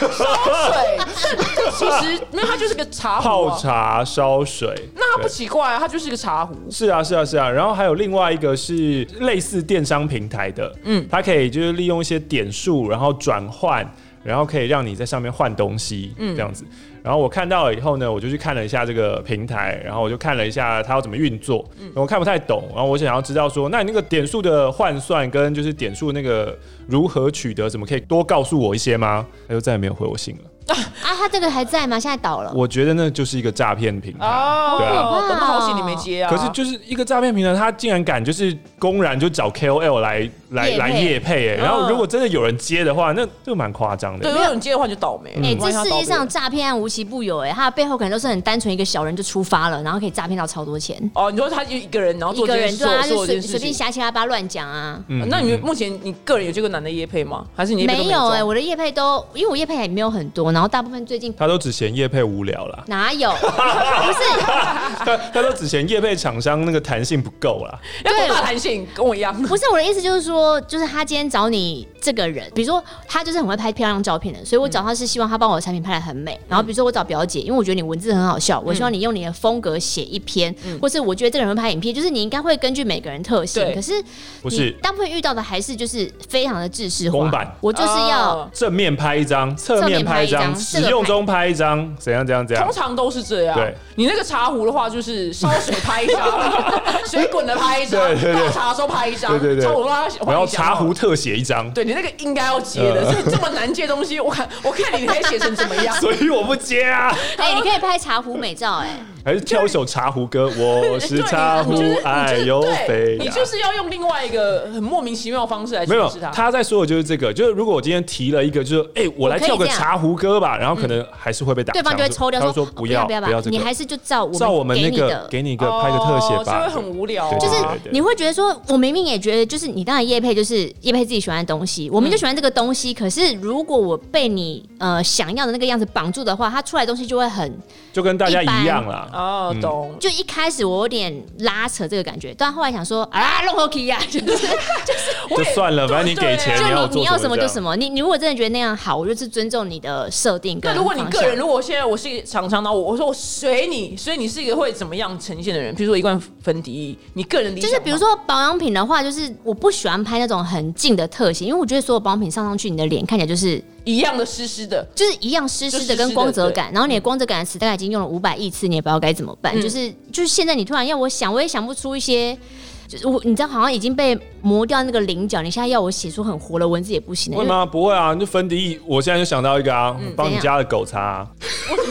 Speaker 3: 对，其实没有，它就是个茶壶、
Speaker 4: 泡
Speaker 3: 啊。
Speaker 4: 茶烧水，
Speaker 3: 那它不
Speaker 4: 对
Speaker 3: 奇怪啊，它就是个茶壶。
Speaker 4: 是啊，是啊，是啊。然后还有另外一个是类似电商平台的，
Speaker 3: 嗯
Speaker 4: 嗯，它可以就是利用一些点数，然后转换，然后可以让你在上面换东西，嗯，这样子。然后我看到了以后呢，我就去看了一下这个平台，然后我就看了一下它要怎么运作，我看不太懂，然后我想要知道说，那你那个点数的换算跟就是点数那个如何取得，怎么可以多告诉我一些吗？他就再也没有回我信了。
Speaker 2: 啊，他这个还在吗？现在倒了。
Speaker 4: 我觉得那就是一个诈骗平台。
Speaker 3: 哦，
Speaker 4: 对啊
Speaker 3: 等到好险你没接啊！
Speaker 4: 可是就是一个诈骗平台，他竟然敢就是公然就找 KOL 来来
Speaker 2: 业配
Speaker 4: 来夜配、欸，
Speaker 3: 嗯
Speaker 4: 然后如果真的有人接的话，那这个蛮夸张
Speaker 3: 对，
Speaker 4: 的。嗯
Speaker 3: 如果你接的话，你就倒霉。
Speaker 2: 哎、
Speaker 3: 你
Speaker 2: 这
Speaker 3: 万一
Speaker 2: 世
Speaker 3: 它倒
Speaker 2: 界
Speaker 3: 别人
Speaker 2: 上诈骗案无奇不有、哎，他的背后可能都是很单纯一个小人就出发了，然后可以诈骗到超多钱。
Speaker 3: 哦，你说他就一个人，然后
Speaker 2: 一
Speaker 3: 做
Speaker 2: 个
Speaker 3: 这件
Speaker 2: 人
Speaker 3: 事，
Speaker 2: 对啊，他
Speaker 3: 做
Speaker 2: 就
Speaker 3: 这
Speaker 2: 随
Speaker 3: 件事
Speaker 2: 随便
Speaker 3: 情。
Speaker 2: 瞎七八八乱讲啊。
Speaker 4: 嗯
Speaker 3: 那你们目前你个人有这个男的叶配吗？还是你业配都
Speaker 2: 没有
Speaker 3: 中
Speaker 2: 哎、我的叶配都，因为我叶配也没有很多，然后大部分最近，
Speaker 4: 他都只嫌夜配无聊啦
Speaker 2: 哪有？不是，
Speaker 4: 他他都只嫌夜配厂商那个弹性不够啦。
Speaker 3: 要
Speaker 2: 对
Speaker 3: 多大弹性，跟我一样。
Speaker 2: 不是我的意思，就是说，就是他今天找你这个人，比如说他就是很会拍漂亮照片的，所以我找他是希望他帮我的产品拍的很美。然后比如说我找表姐，因为我觉得你文字很好笑，我希望你用你的风格写一篇，或是我觉得这个人会拍影片，就是你应该会根据每个人特性
Speaker 3: 对。
Speaker 2: 可是
Speaker 4: 不
Speaker 2: 你
Speaker 4: 是
Speaker 2: 大部分遇到的还是就是非常的制式
Speaker 4: 公
Speaker 2: 化
Speaker 4: 版，
Speaker 2: 我就是要
Speaker 3: 哦
Speaker 4: 正面拍一张，侧面拍一
Speaker 2: 侧面
Speaker 4: 张，
Speaker 2: 拍一张
Speaker 4: 使用中拍一张，怎样怎样怎样
Speaker 3: 通。常都是这样。
Speaker 4: 啊对，
Speaker 3: 你那个茶壶的话，就是烧水拍 一张，水滚的拍一张，
Speaker 4: 对对对
Speaker 3: 倒茶的时候拍一张，
Speaker 4: 对对对
Speaker 3: 茶壶的话，
Speaker 4: 我要茶壶。特写一张，
Speaker 3: 对你那个应该要接的，
Speaker 4: 呃。
Speaker 3: 所以这么难接的东西，我看我看你可以写成怎么样
Speaker 4: 所以我不接啊，
Speaker 2: 哎、你可以拍茶壶美照、哎，
Speaker 4: 还是挑一首茶壶歌，我是茶壶
Speaker 3: 对你就是，
Speaker 4: 哎呦
Speaker 3: 你就是对
Speaker 4: 飞呀。
Speaker 3: 你就是要用另外一个很莫名其妙的方式来
Speaker 4: 没有
Speaker 3: 诠释，它。
Speaker 4: 他在说的就是这个，就是如果我今天提了一个，就是哎、我来跳个茶壶歌吧，然后可能还是会 被打枪，
Speaker 2: 对方就会抽掉
Speaker 4: 他
Speaker 2: 说
Speaker 4: 会说
Speaker 2: 哦
Speaker 4: 不要
Speaker 2: 不要
Speaker 4: 不要这
Speaker 2: 你
Speaker 4: 个，
Speaker 2: 还是就照我们
Speaker 4: 照我们那
Speaker 2: 给你
Speaker 4: 个
Speaker 2: 的
Speaker 4: 给你一个拍个特写吧，
Speaker 3: 哦就会很无聊啊
Speaker 4: 对嗯
Speaker 2: 就
Speaker 4: 对
Speaker 2: 是
Speaker 4: 对对
Speaker 2: 你会觉得说，我明明也觉得，就是你当然叶配就是叶配自己喜欢的东西，我们
Speaker 3: 嗯
Speaker 2: 就喜欢这个东西。可是如果我被你呃想要的那个样子绑住的话，它出来的东西就会很，
Speaker 4: 就跟大家
Speaker 2: 一般
Speaker 4: 一样啦。
Speaker 3: 哦，
Speaker 4: 嗯
Speaker 3: 懂。
Speaker 2: 就一开始我有点拉扯这个感觉，但后来想说啊，弄 OK 呀，就是
Speaker 4: 就算了，反正你
Speaker 3: 对
Speaker 4: 给
Speaker 3: 对
Speaker 4: 钱，
Speaker 2: 就
Speaker 4: 要
Speaker 2: 你你要
Speaker 4: 什
Speaker 2: 什么就什
Speaker 4: 么
Speaker 2: 么，你你如果真的觉得那样好，我就是尊重你的设定跟
Speaker 3: 那如果你
Speaker 2: 方
Speaker 3: 个
Speaker 2: 向
Speaker 3: 人，如果现在我是一个厂商，然后我我说我随你，所以你是一个会怎么样呈现的人？比如说一罐粉底，你个人理
Speaker 2: 就
Speaker 3: 想
Speaker 2: 是比如
Speaker 3: 吗
Speaker 2: 说保养品的话，就是我不喜欢拍那种很近的特写，因为我觉得所有保养品上上去，你的脸看起来就是
Speaker 3: 一样的湿湿 的，
Speaker 2: 就是一样湿湿
Speaker 3: 就湿
Speaker 2: 的
Speaker 3: 湿的
Speaker 2: 跟光泽感，然后你的光泽感的词大概已经用了五百亿次，你也不知道该怎么办。
Speaker 3: 嗯
Speaker 2: 就是就是现在你突然要我想，我也想不出一些，就是我你知道好像已经被磨掉那个棱角，你现在要我写出很活的文字也不行了。
Speaker 4: 会吗？不会啊，就粉底液，我现在就想到一个啊，帮你
Speaker 2: 怎样
Speaker 4: 家的狗擦啊、
Speaker 2: 为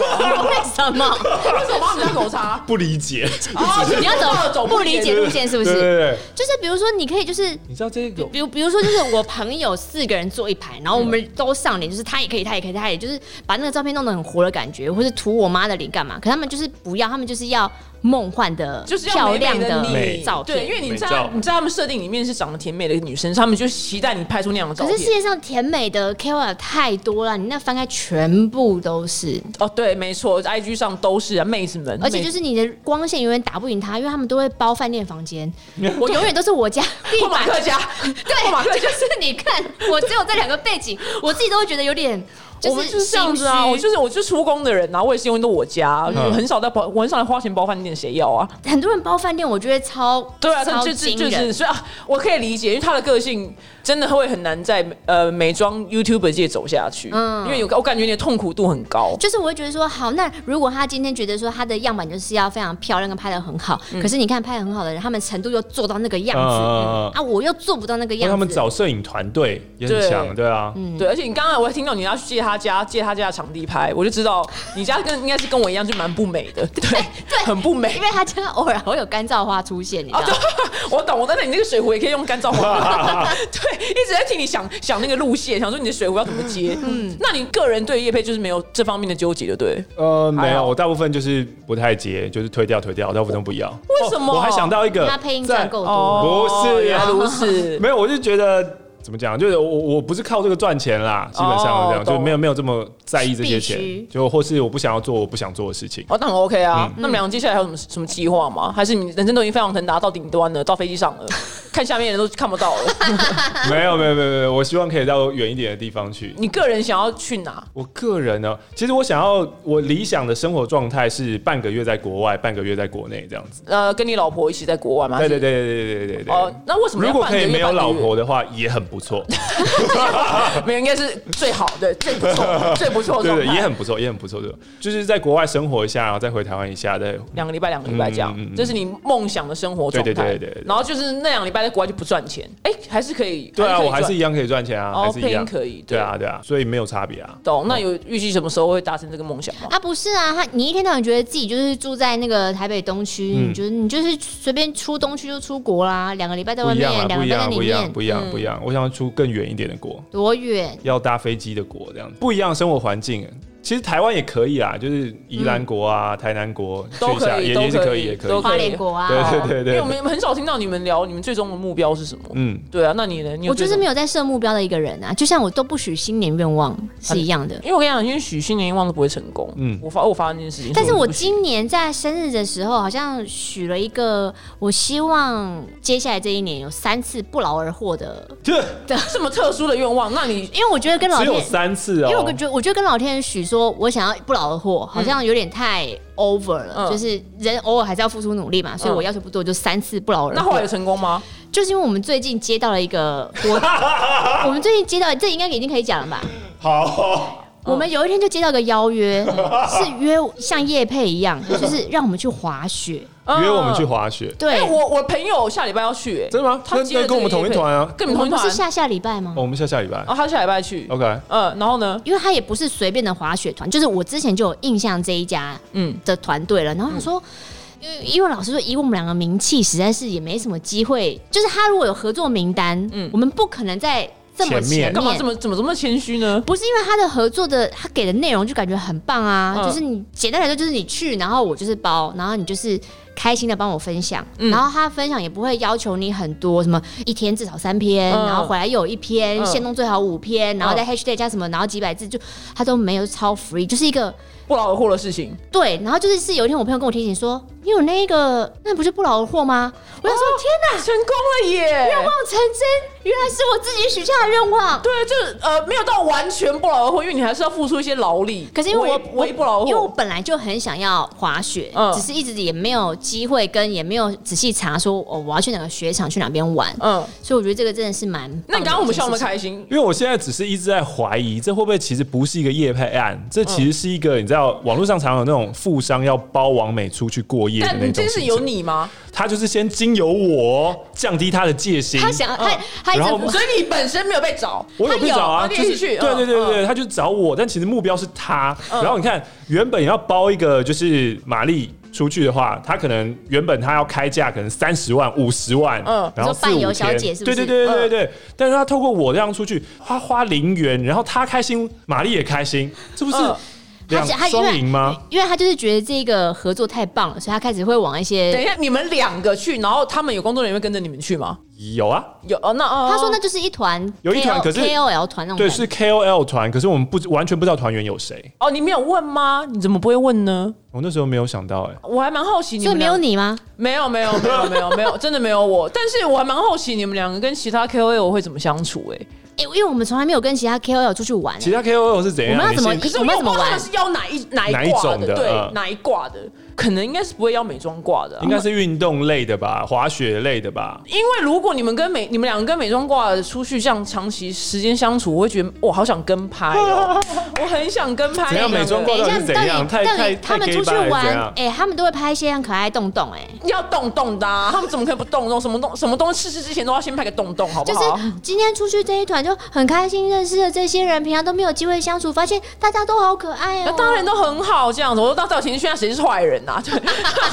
Speaker 2: 什么？
Speaker 3: 为什么帮我们家狗擦？
Speaker 4: 不理解，
Speaker 3: 哦
Speaker 2: 你要
Speaker 3: 就是
Speaker 2: 走不理解路线是不
Speaker 4: 对对
Speaker 2: 是？
Speaker 4: 对，
Speaker 2: 就是比如说，你可以就是。
Speaker 4: 你知道这个
Speaker 2: 比如，比如说，就是我朋友四个人坐一排，然后我们都上脸，就是他也可以，他也可以，他也就是把那个照片弄得很活的感觉，或是涂我妈的脸干嘛？可他们就是不要，他们就是要梦幻的、
Speaker 3: 就是要
Speaker 2: 漂
Speaker 3: 美美
Speaker 2: 亮
Speaker 3: 的你
Speaker 2: 照片。
Speaker 3: 对，因为你
Speaker 4: 美
Speaker 3: 在
Speaker 4: 照
Speaker 3: 你在他们设定里面是长得甜美的女生，他们就期待你拍出那样的照
Speaker 2: 可是世
Speaker 3: 片。
Speaker 2: 界上甜美的 KOL 太多了，你那翻开全部都是，
Speaker 3: 哦，对，没错，IG 上都是啊，妹子们，
Speaker 2: 而且
Speaker 3: 妹
Speaker 2: 就是你的光线永远打不赢他，因为他们都会包饭店房 间，我永远都是我家地
Speaker 3: 或马
Speaker 2: 板，
Speaker 3: 克家，或马克
Speaker 2: 对，就是你看，我只有这两个背景，我自己都会觉得有点，
Speaker 3: 我们
Speaker 2: 就
Speaker 3: 就是这样子啊，
Speaker 2: 心虚
Speaker 3: 我就是我就是出工的人啊，我也是用的我家啊，
Speaker 4: 嗯
Speaker 3: 很少在包，我很少在花钱包饭店，谁要啊？
Speaker 2: 很多人包饭店，我觉得超
Speaker 3: 对啊，他
Speaker 2: 超
Speaker 3: 就就
Speaker 2: 惊
Speaker 3: 就
Speaker 2: 人
Speaker 3: 是，所以啊，我可以理解，因为他的个性真的会很难在呃美妆 YouTuber 界走下去，
Speaker 2: 嗯
Speaker 3: 因为有我感觉你的痛苦度很高。
Speaker 2: 就是我会觉得说，好，那如果他今天觉得说他的样板就是要非常漂亮，跟拍的很好，
Speaker 3: 嗯
Speaker 2: 可是你看拍的很好的人，他们程度又做到那个样子、
Speaker 4: 嗯嗯嗯
Speaker 2: 啊，我又做不到那个
Speaker 4: 因
Speaker 2: 样子。
Speaker 4: 为他们找摄影团队也很
Speaker 3: 对
Speaker 4: 强，对啊，
Speaker 2: 嗯
Speaker 3: 对，而且你刚刚我还听到你要去借他家借他家的场地拍，我就知道你家跟应该是跟我一样，就蛮不美 的，对，很不美
Speaker 2: 因。为他真的偶尔会有干燥花出现，你知
Speaker 3: 哦
Speaker 2: 道吗？
Speaker 3: 我懂，我懂，你那个水壶也可以用干燥花。对，一直在替你想想那个路线，想说你的水壶要怎么接。嗯，那你个人对叶配就是没有这方面的纠结，对不对？
Speaker 4: 呃，没
Speaker 3: 还
Speaker 4: 有，
Speaker 3: 好
Speaker 4: 我大部分就是不太接，就是推掉推掉，大部分都不要。为
Speaker 3: 什么
Speaker 4: 我还想到一个，哦
Speaker 2: 他配音赚够多，
Speaker 4: 不是啊
Speaker 3: 哦原来如此
Speaker 4: 在。没有，我就觉得怎么讲，就是我我不是靠这个赚钱啦，基本上是这样，
Speaker 3: 哦
Speaker 4: 就没有没有这么在意这些
Speaker 2: 必须
Speaker 4: 钱，就或是我不想要做我不想做的事 情。
Speaker 3: 哦，那很 OK
Speaker 4: 嗯
Speaker 3: 啊。那么两个接下来还有什么什么计划吗？还是你人生都已经飞黄腾达到顶端了，到飞机 上了，看下面的人都看不到了？
Speaker 4: 没有没有没有没有，我希望可以到远一点的地方去。
Speaker 3: 你个人想要去哪？
Speaker 4: 我个人呢，其实我想要我理想的生活状态是半个月在国外，半个月在国内这样子。
Speaker 3: 呃，跟啊你老婆一起在国外吗？
Speaker 4: 对对对对对对对对。
Speaker 3: 哦，那为什么要
Speaker 4: 如果
Speaker 3: 半
Speaker 4: 可
Speaker 3: 个
Speaker 4: 以
Speaker 3: 月
Speaker 4: 没有
Speaker 3: 半个
Speaker 4: 老
Speaker 3: 月
Speaker 4: 婆的话，也很不错。
Speaker 3: 没有，应该是最好的、最不错、最不错的
Speaker 4: 对
Speaker 3: 状态。
Speaker 4: 对，也很不错，也很不错的，就是在国外生活一下，然后再回台湾一下，再
Speaker 3: 两个礼拜，两个礼拜这样，
Speaker 4: 嗯嗯嗯
Speaker 3: 这是你梦想的生活状态。
Speaker 4: 对对对对对对
Speaker 3: 然后就是那两个礼拜在国外就不赚钱，哎、还是可以。
Speaker 4: 对啊，
Speaker 3: 可以
Speaker 4: 我还
Speaker 3: 赚
Speaker 4: 是一样可以赚钱啊，
Speaker 3: 哦
Speaker 4: 还是一样
Speaker 3: 配音可以对
Speaker 4: 对啊对啊，所以没有差别啊。
Speaker 3: 懂。那有预计什么时候会达成这个梦想吗？
Speaker 2: 啊，不是啊，他你一天到晚觉得自己就是住在那个台北东区，
Speaker 4: 嗯
Speaker 2: 你觉得你就是随便出东区就出国啦，两个礼拜在
Speaker 4: 不
Speaker 2: 外
Speaker 4: 一
Speaker 2: 面
Speaker 4: 样，啊，
Speaker 2: 两
Speaker 4: 不
Speaker 2: 个
Speaker 4: 一
Speaker 2: 礼拜在
Speaker 4: 样，
Speaker 2: 里
Speaker 4: 不一样，
Speaker 2: 面，
Speaker 4: 不一
Speaker 3: 嗯
Speaker 4: 样，不一样。我想要出更远一点的国，
Speaker 2: 多远？
Speaker 4: 要搭飞机的国，这样不一样的生活环境。其实台湾也可以啊，就是宜兰国啊、台南国去
Speaker 3: 都
Speaker 4: 一下，
Speaker 3: 可以
Speaker 4: 也
Speaker 3: 都
Speaker 4: 也是
Speaker 3: 可
Speaker 4: 可
Speaker 3: 以
Speaker 4: 以，也可
Speaker 3: 都
Speaker 4: 以
Speaker 3: 可。
Speaker 2: 花莲国啊，
Speaker 4: 对对对
Speaker 3: 因为
Speaker 4: 对
Speaker 3: 我们很少听到你们聊你们最终的目标是什么。
Speaker 4: 嗯，
Speaker 3: 对啊，那你呢？你有
Speaker 2: 我就是
Speaker 3: 最终
Speaker 2: 没有在设目标的一个人啊，就像我都不许新年愿望是一
Speaker 4: 啊
Speaker 2: 样的。
Speaker 3: 因为我跟你讲，因为许新年愿望都不会成功。嗯
Speaker 4: 嗯，
Speaker 3: 我发我发现这件事情，
Speaker 2: 但是我
Speaker 3: 不行
Speaker 2: 今年在生日的时候，好像许了一个，我希望接下来这一年有三次不劳而获的，
Speaker 4: 这
Speaker 3: 这么特殊的愿望，那 你
Speaker 2: 因为我觉得跟老
Speaker 4: 只有
Speaker 2: 天，
Speaker 4: 三次哦
Speaker 2: 因为。我觉得我觉得跟老天许说，我想要不劳而获，好像有点太 over 了，
Speaker 3: 嗯
Speaker 2: 就是人偶尔还是要付出努力嘛，所以我要求不多，就三次不劳而
Speaker 3: 那后
Speaker 2: 获
Speaker 3: 来有。成功吗？
Speaker 2: 就是因为我们最近接到了一 个活，我们最近接到这应该已经可以讲了吧？
Speaker 4: 好，
Speaker 3: 嗯
Speaker 2: 我们有一天就接到一个邀约，是约像叶佩一样，就是让我们去滑雪。
Speaker 4: 约我们去
Speaker 3: 嗯。
Speaker 4: 滑雪，
Speaker 2: 对，
Speaker 3: 哎，我我朋友下礼拜要去，哎
Speaker 4: 真的吗？
Speaker 3: 他
Speaker 4: 那
Speaker 3: 接了
Speaker 4: 那跟我们
Speaker 3: 这个
Speaker 4: 同一
Speaker 3: 业配
Speaker 4: 团啊。
Speaker 3: 跟你
Speaker 2: 我
Speaker 3: 哎们同
Speaker 2: 们
Speaker 3: 一
Speaker 2: 不是
Speaker 3: 团，
Speaker 2: 下下礼拜吗
Speaker 4: 哦，？我们下下礼拜
Speaker 3: 哦，他下礼拜去。
Speaker 4: ，OK。
Speaker 3: 嗯，然后呢？
Speaker 2: 因为他也不是随便的滑雪团，就是我之前就有印象这一家
Speaker 3: 嗯，
Speaker 2: 的团队了。然后他说，因为因为老实说，以我们两个名气，实在是也没什么机会。就是他如果有合作名单，
Speaker 3: 嗯
Speaker 2: 我们不可能在这么
Speaker 4: 前
Speaker 2: 前
Speaker 4: 面
Speaker 3: 干嘛
Speaker 2: 面
Speaker 3: 这。么怎么这么谦虚呢？
Speaker 2: 不是因为他的合作的，他给的内容就感觉很棒啊，
Speaker 3: 嗯
Speaker 2: 就是你简单来说就是你去，然后我就是包，然后你就是开心的帮我分享，
Speaker 3: 嗯
Speaker 2: 然后他分享也不会要求你很多，什么一天至少三篇，
Speaker 3: 嗯
Speaker 2: 然后回来又有一篇，
Speaker 3: 嗯
Speaker 2: 现动最好五篇，然后再 hashtag 加什么，然后几百字就他都没有，超 free，就是一个。
Speaker 3: 不劳而获的事情，
Speaker 2: 对，然后就是是有一天我朋友跟我提醒说，你有那个，那不是不劳而获吗？我想说，
Speaker 3: 哦
Speaker 2: 天哪，
Speaker 3: 成功了耶！
Speaker 2: 愿望成真，原来是我自己许下的愿望。
Speaker 3: 啊对，就是呃，没有到完全不劳而获，因为你还是要付出一些劳力。
Speaker 2: 可是因为我
Speaker 3: 微微不劳而
Speaker 2: 因为我
Speaker 3: 获，
Speaker 2: 本来就很想要滑雪，
Speaker 3: 嗯
Speaker 2: 只是一直也没有机会跟也没有仔细查说哦我要去哪个雪场去哪边玩，
Speaker 3: 嗯，
Speaker 2: 所以我觉得这个真的是蛮棒的一件事情。
Speaker 3: 那你刚刚我们笑那么开心，
Speaker 4: 因为我现在只是一直在怀疑，这会不会其实不是一个夜配案，这其实是一个、你知道网络上常有那种富商要包王美出去过夜的
Speaker 3: 但
Speaker 4: 那
Speaker 3: 你
Speaker 4: 种
Speaker 3: 真
Speaker 4: 行
Speaker 3: 是
Speaker 4: 程
Speaker 3: 有，你吗？
Speaker 4: 他就是先经由我降低他的戒心，
Speaker 2: 他想他
Speaker 3: 嗯
Speaker 2: 他一
Speaker 4: 然后
Speaker 2: 直
Speaker 3: 所以你本身没有被找，
Speaker 4: 我有
Speaker 3: 他
Speaker 4: 被找
Speaker 3: 他
Speaker 4: 啊，就
Speaker 3: 一
Speaker 4: 是
Speaker 3: 起去，
Speaker 4: 对对对
Speaker 3: 嗯
Speaker 4: 对，，他就找我，但其实目标是他。
Speaker 2: 嗯
Speaker 4: 然后你看，原本要包一个就是玛丽出去的话，他可能原本他要开价可能三十万、五十万，
Speaker 3: 嗯
Speaker 4: 然
Speaker 2: 你说
Speaker 4: 后四
Speaker 2: 伴
Speaker 4: 五
Speaker 2: 游
Speaker 4: 天，
Speaker 2: 小姐是不
Speaker 4: 对
Speaker 2: 是嗯
Speaker 4: 对对对对对。但是他透过我这样出去，他花零元，然后他开心，玛丽也开心，这不是
Speaker 3: 嗯
Speaker 2: 他
Speaker 4: 两
Speaker 2: 是他因
Speaker 4: 双
Speaker 2: 为哎
Speaker 4: 赢吗？
Speaker 2: 因为他就是觉得这个合作太棒了，所以他开始会往一
Speaker 3: 等一
Speaker 2: 些。
Speaker 3: 下，你们两个去，然后他们有工作人员会跟着你们去吗？
Speaker 4: 有啊，
Speaker 3: 有哦，那哦，
Speaker 2: 他说那就是一团 KO,
Speaker 4: 有一团可是
Speaker 2: KOL 团那种
Speaker 4: 对，
Speaker 2: 感
Speaker 4: 是
Speaker 2: 觉，
Speaker 4: KOL 团，可是我们不知完全不知道团员有谁。
Speaker 3: 哦，你没有问吗？你怎么不会问呢？
Speaker 4: 我那时候没有想到、哎，
Speaker 3: 我还蛮好奇你
Speaker 2: 所以
Speaker 3: 们
Speaker 2: 没
Speaker 3: 两
Speaker 2: 有
Speaker 3: 个
Speaker 2: 你吗？
Speaker 3: 没有没有没有没有没有，真的没有我。但是我还蛮好奇你们两个跟其他 KOL 会怎么相处哎、
Speaker 2: 哎、因为我们从来没有跟其他 KOL 出去玩、欸
Speaker 4: 其他 KOL 是怎样？
Speaker 2: 我们要
Speaker 4: 你
Speaker 2: 怎么
Speaker 4: 先
Speaker 3: 可是
Speaker 2: 我们要
Speaker 3: 又
Speaker 2: 怎么
Speaker 3: 不知道
Speaker 2: 玩
Speaker 3: 他们是邀哪一哪
Speaker 4: 哪
Speaker 3: 一
Speaker 4: 一
Speaker 3: 挂
Speaker 4: 种的
Speaker 3: 对、
Speaker 4: 嗯
Speaker 3: 哪一挂的？可能应该是不会邀美妆挂的啊、
Speaker 4: 应该是运动类的
Speaker 2: 哦
Speaker 4: 吧，滑雪类的吧。
Speaker 3: 因为如果你们跟美你们两个跟美妆挂的出去，这样长期时间相处，我会觉得我好想跟拍 哦，我很想跟拍。
Speaker 4: 怎样
Speaker 3: 你们
Speaker 4: 美妆挂
Speaker 2: 等
Speaker 4: 到
Speaker 2: 一下，
Speaker 4: 底是怎样
Speaker 2: 到
Speaker 4: 太
Speaker 2: 底到
Speaker 4: 太
Speaker 2: 底他们
Speaker 4: 太
Speaker 2: 出去
Speaker 4: gay 吧还是
Speaker 2: 玩
Speaker 4: 怎样，
Speaker 2: 哎、他们都会拍一些很可爱的洞洞、哎，
Speaker 3: 要动动的、啊，他们怎么可以不动动？什么动什么东西吃吃之前都要先拍个动动，好不
Speaker 2: 就
Speaker 3: 好？
Speaker 2: 是今天出去这一团就很开心，认识了这些人，平常都没有机会相处，发现大家都好可爱
Speaker 3: 那
Speaker 2: 哦、
Speaker 3: 当然都很好，这样子。我说到到情绪，那谁是坏人啊？对，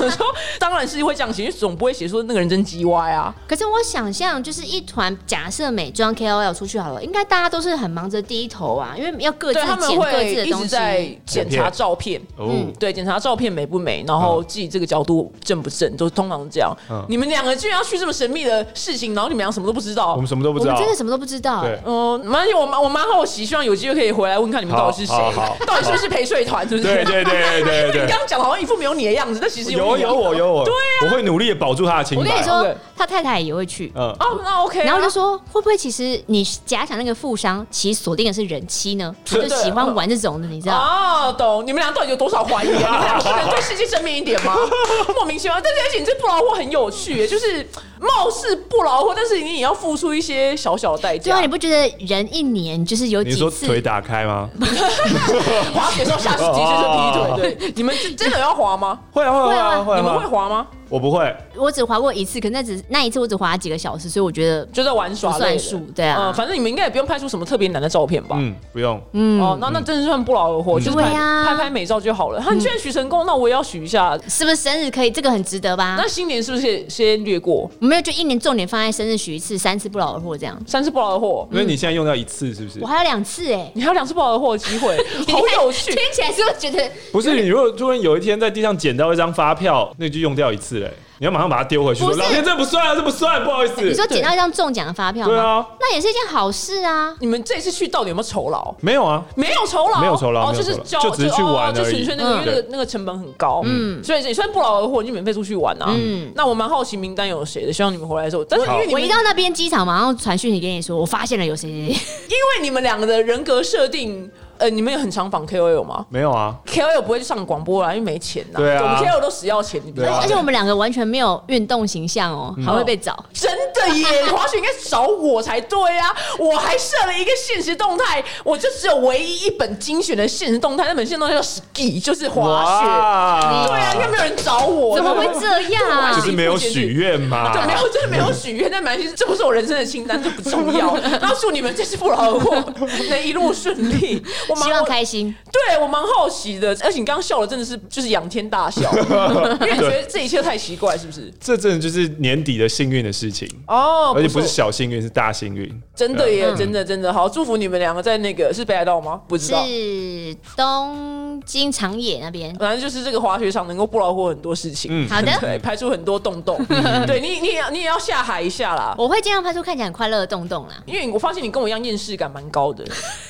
Speaker 3: 我说当然是会这样写，因为总不会写说那个人真鸡歪啊。
Speaker 2: 可是我想象，就是一团假设美妆 KOL 出去好了，应该大家都是很忙着低头啊，因为要各自
Speaker 3: 对，他们
Speaker 2: 剪各
Speaker 3: 会
Speaker 2: 自的
Speaker 3: 一
Speaker 2: 东
Speaker 3: 直在
Speaker 2: 西。
Speaker 3: 检查照片。
Speaker 4: 哦，
Speaker 2: 嗯
Speaker 3: 对，检查照片美不美，然后自己这个角度正不正，都通常这样。
Speaker 4: 嗯
Speaker 3: 你们两个居然要去这么神秘的事情，然后你们俩什么都不知道
Speaker 4: 我们。什么都不
Speaker 2: 我
Speaker 4: 知
Speaker 2: 们
Speaker 4: 道
Speaker 2: 真。的什么都不知道、
Speaker 4: 对
Speaker 2: 哎，
Speaker 3: 嗯，没关系，我蛮我蛮好奇，希望有机会可以回来问看你们到底是谁
Speaker 4: 好好好，
Speaker 3: 到底是不是陪睡团，是不是？
Speaker 4: 对对对对
Speaker 3: 因为
Speaker 4: 对
Speaker 3: 你刚刚讲的好像一副没有你的样子，但其实
Speaker 4: 对，有
Speaker 3: 你
Speaker 4: 有我有我，对我会努力的保住他的清
Speaker 2: 啊我
Speaker 4: 白。啊
Speaker 2: 跟你说
Speaker 3: OK，
Speaker 2: 他太太也会去。
Speaker 4: 嗯，
Speaker 3: 哦，那 OK 啊。
Speaker 2: 然后就说，会不会其实你假想那个富商，其实锁定的是人妻呢？他就
Speaker 3: 真的
Speaker 2: 喜欢玩这种的，你知道？
Speaker 3: 哦，懂。你们俩到底有多少怀疑啊？你们 俩不能对世界正面一点吗？莫名其妙。但是而且你这不劳货很有趣耶，就是貌似不劳货，但是你也要付出一些小小的代
Speaker 2: 对啊，
Speaker 3: 价
Speaker 2: 你。不觉得人一年就是有
Speaker 4: 你
Speaker 2: 几
Speaker 4: 说腿
Speaker 2: 次？
Speaker 4: 打 开吗？
Speaker 3: 滑雪的时候下十几
Speaker 2: 哦
Speaker 3: 就是劈腿，对。你们真真的有要滑吗？
Speaker 4: 会啊会啊
Speaker 2: 啊
Speaker 4: 会
Speaker 3: 你们会
Speaker 4: 啊！
Speaker 3: 滑吗？
Speaker 4: 我不会，
Speaker 2: 我只滑过一次，可那只那一次我只滑了几个小时，所以我觉得
Speaker 3: 就在玩耍
Speaker 2: 不算
Speaker 3: 类的
Speaker 2: 数对啊
Speaker 3: 嗯反正你们应该也不用拍出什么特别难的照片吧。
Speaker 4: 嗯，不用。
Speaker 2: 嗯，
Speaker 3: 哦，那那真的算不劳而获，就是
Speaker 2: 对
Speaker 3: 拍
Speaker 2: 啊嗯
Speaker 3: 拍拍美照就好了。他居然许成功，那我也要许一下。
Speaker 2: 是不是生日可以？这个很值得吧
Speaker 3: 那？新年是不是也先略过？
Speaker 2: 我没有，就一年重点放在生日许一次，三次不劳而获这样。
Speaker 3: 三次不劳而获，
Speaker 2: 嗯
Speaker 4: 因为你现在用到一次是不是
Speaker 2: 我？还有两次哎、
Speaker 3: 你还有两次不劳而获的 机会，好有趣
Speaker 2: 听。起来是不是觉得
Speaker 4: 不是，你如果突然有一天在地上捡到一张发票，那就用掉一次嘞。你要马上把它丢回去，说
Speaker 2: 不是
Speaker 4: 老天这不算啊，这不算，不好意思。
Speaker 2: 你说捡到一张中奖的发票吗？
Speaker 4: 对啊，
Speaker 2: 那也是一件好事啊。
Speaker 3: 你们这次去到底有没有酬劳？
Speaker 4: 没有啊？
Speaker 3: 没有酬劳，
Speaker 4: 没有酬劳
Speaker 3: 哦，
Speaker 4: 没
Speaker 3: 就
Speaker 4: 有酬
Speaker 3: 是交
Speaker 4: 劳就只是去玩
Speaker 3: 哦就
Speaker 4: 而已嗯
Speaker 3: 纯粹那个，因为那个那个成本很高，嗯，所以也算不劳而获，你就免费出去玩啊。嗯
Speaker 2: 嗯，
Speaker 3: 那我蛮好奇名单有谁的，希望你们回来的时候，但是因为你
Speaker 2: 我
Speaker 3: 们
Speaker 2: 一到那边机场，马上传讯息给你说，我发现了有谁谁谁。
Speaker 3: 因为你们两个的人格设定，呃，你们也很常访 KOL 吗
Speaker 4: 没有啊？
Speaker 3: ？KOL 不会去上广播啦，因为没钱呐。
Speaker 4: 对啊
Speaker 3: 我们 KOL 都死要钱，你不知
Speaker 4: 对啊
Speaker 3: 道
Speaker 2: 而且我们两个完全没有运动形象哦，
Speaker 3: 嗯
Speaker 2: 还会被找。
Speaker 3: 真的耶，滑雪应该找我才对啊！我还设了一个现实动态，我就只有唯一一本精选的现实动态，那本现实动态叫 ski，就是滑雪。
Speaker 4: 哇
Speaker 3: 对啊，应该没有人找我，啊
Speaker 2: 怎么会这样啊
Speaker 4: 就？是没有许愿嘛。
Speaker 3: 对，没有，真的没有许愿，但蛮其实这不是我人生的清单，这不重 要。然后祝你们这次不劳而获，能一路顺 利。我蛮
Speaker 2: 希望开心。
Speaker 3: 对我蛮好奇的，而且你刚刚笑的真的是就是仰天大笑， 因为你觉得这一切太奇怪，是不是？
Speaker 4: 这真的就是年底的幸运的事情，
Speaker 3: 哦，
Speaker 4: 而且不
Speaker 3: 错
Speaker 4: 是小幸运，是大幸运。
Speaker 3: 真的
Speaker 4: 对啊
Speaker 3: 耶，真的真的好，祝福你们两个在那个是北海道吗？不知道。
Speaker 2: 是东京长野那边。
Speaker 3: 反正就是这个滑雪场能够不劳获很多事情，
Speaker 4: 嗯
Speaker 2: 好的，
Speaker 3: 对，拍出很多洞洞，对你，你也要你也要下海一下啦，
Speaker 2: 我会尽量拍出看起来很快乐的洞洞啦。
Speaker 3: 因为我发现你跟我一样厌世感蛮高的，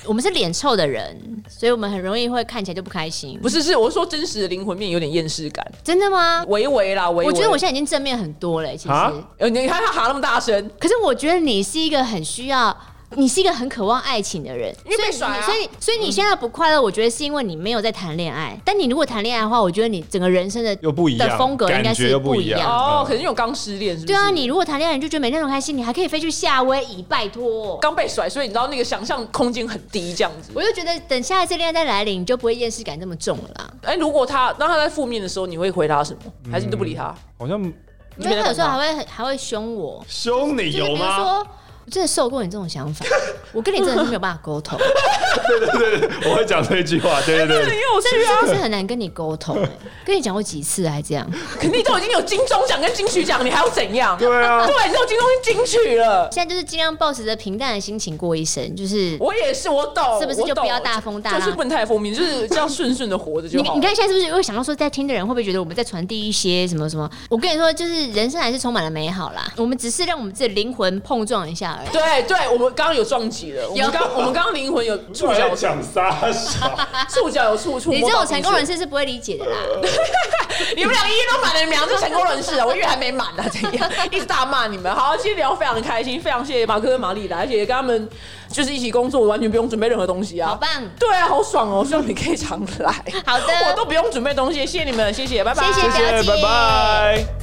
Speaker 2: 我们是脸臭的人，所以我们很容易会看起来就不开心。
Speaker 3: 不是是我是说真实的灵魂面有点厌世感，
Speaker 2: 真的吗？
Speaker 3: 微微啦，微微。
Speaker 2: 啊我觉得我现在已经正面很多了、欸其实。
Speaker 4: 啊
Speaker 3: 呃，你看他喊那么大声，
Speaker 2: 可是我觉得你是一个很需要，你是一个很渴望爱情的人，
Speaker 3: 因为被
Speaker 2: 所以
Speaker 3: 甩啊
Speaker 2: 你所以所以你现在不快乐，我觉得是因为你没有在谈恋爱。但你如果谈恋爱的话，我觉得你整个人生的
Speaker 4: 又不一样
Speaker 2: 的风格应该
Speaker 4: 感觉
Speaker 2: 是
Speaker 4: 又不一
Speaker 2: 一
Speaker 4: 样
Speaker 2: 样。
Speaker 3: 哦，
Speaker 4: 嗯
Speaker 3: 可能有刚失恋，是不是？
Speaker 2: 对啊，你如果谈恋爱，你就觉得每天都很开心，你还可以飞去夏威夷，拜托。
Speaker 3: 刚被甩，所以你知道那个想象空间很低，这样子。
Speaker 2: 我就觉得等下一次恋爱再来临，你就不会厌世感这么重了啦。
Speaker 3: 哎，如果他当他在负面的时候，你会回答什么？还是你都不理他？
Speaker 4: 好像
Speaker 3: 你
Speaker 2: 因为
Speaker 3: 没
Speaker 2: 他有时候
Speaker 3: 管
Speaker 2: 还会还会凶我，
Speaker 4: 凶你
Speaker 2: 就是
Speaker 4: 有
Speaker 2: 比如
Speaker 4: 吗？
Speaker 2: 说我真的受过你这种想法，我跟你真的是没有办法沟通，
Speaker 4: 我会讲这句话，嗯对对
Speaker 3: 很
Speaker 4: 对，
Speaker 3: 有
Speaker 2: 真的
Speaker 3: 趣啊！
Speaker 2: 真的是很难跟你沟通、欸。跟你讲过几次还这样？
Speaker 3: 肯定都已经有金钟奖跟金曲奖，你还要怎样？
Speaker 4: 对啊
Speaker 3: 对，你都有金钟金曲了。
Speaker 2: 现在就是尽量保持着平淡的心情过一生，就是
Speaker 3: 我也是，我懂，
Speaker 2: 是不是就
Speaker 3: 我懂
Speaker 2: 不要大风大浪
Speaker 3: 就是不能太风靡，就是这样顺顺的活着
Speaker 2: 你
Speaker 3: 就好。
Speaker 2: 你看，现在是不是又想到说，在听的人会不会觉得我们在传递一些什么什么？我跟你说，就是人生还是充满了美好啦。我们只是让我们自己灵魂碰撞一下而已。
Speaker 3: 对对，我们刚刚有撞击了，我
Speaker 2: 有
Speaker 3: 们刚我们刚刚灵魂有触
Speaker 4: 我
Speaker 3: 角
Speaker 4: 要，讲撒小，
Speaker 3: 触角有触触。
Speaker 2: 你这
Speaker 3: 摸
Speaker 2: 种
Speaker 3: 到
Speaker 2: 成
Speaker 3: 冰
Speaker 2: 功人
Speaker 3: 水，
Speaker 2: 士是不会理解的啦。
Speaker 3: 你们两个一都满了，你们两个是成功人士啊！我以为还没满呢、怎样？一直大骂你们。好，今天聊得非常开心，非常谢谢马克跟玛丽来，而且也跟他们就是一起工作，完全不用准备任何东西啊。
Speaker 2: 好棒
Speaker 3: 对啊，好爽哦！希望你可以常来。
Speaker 2: 好的
Speaker 3: 我都不用准备东西，谢谢你们，谢谢，拜拜，
Speaker 2: 谢谢
Speaker 4: 谢谢，拜拜。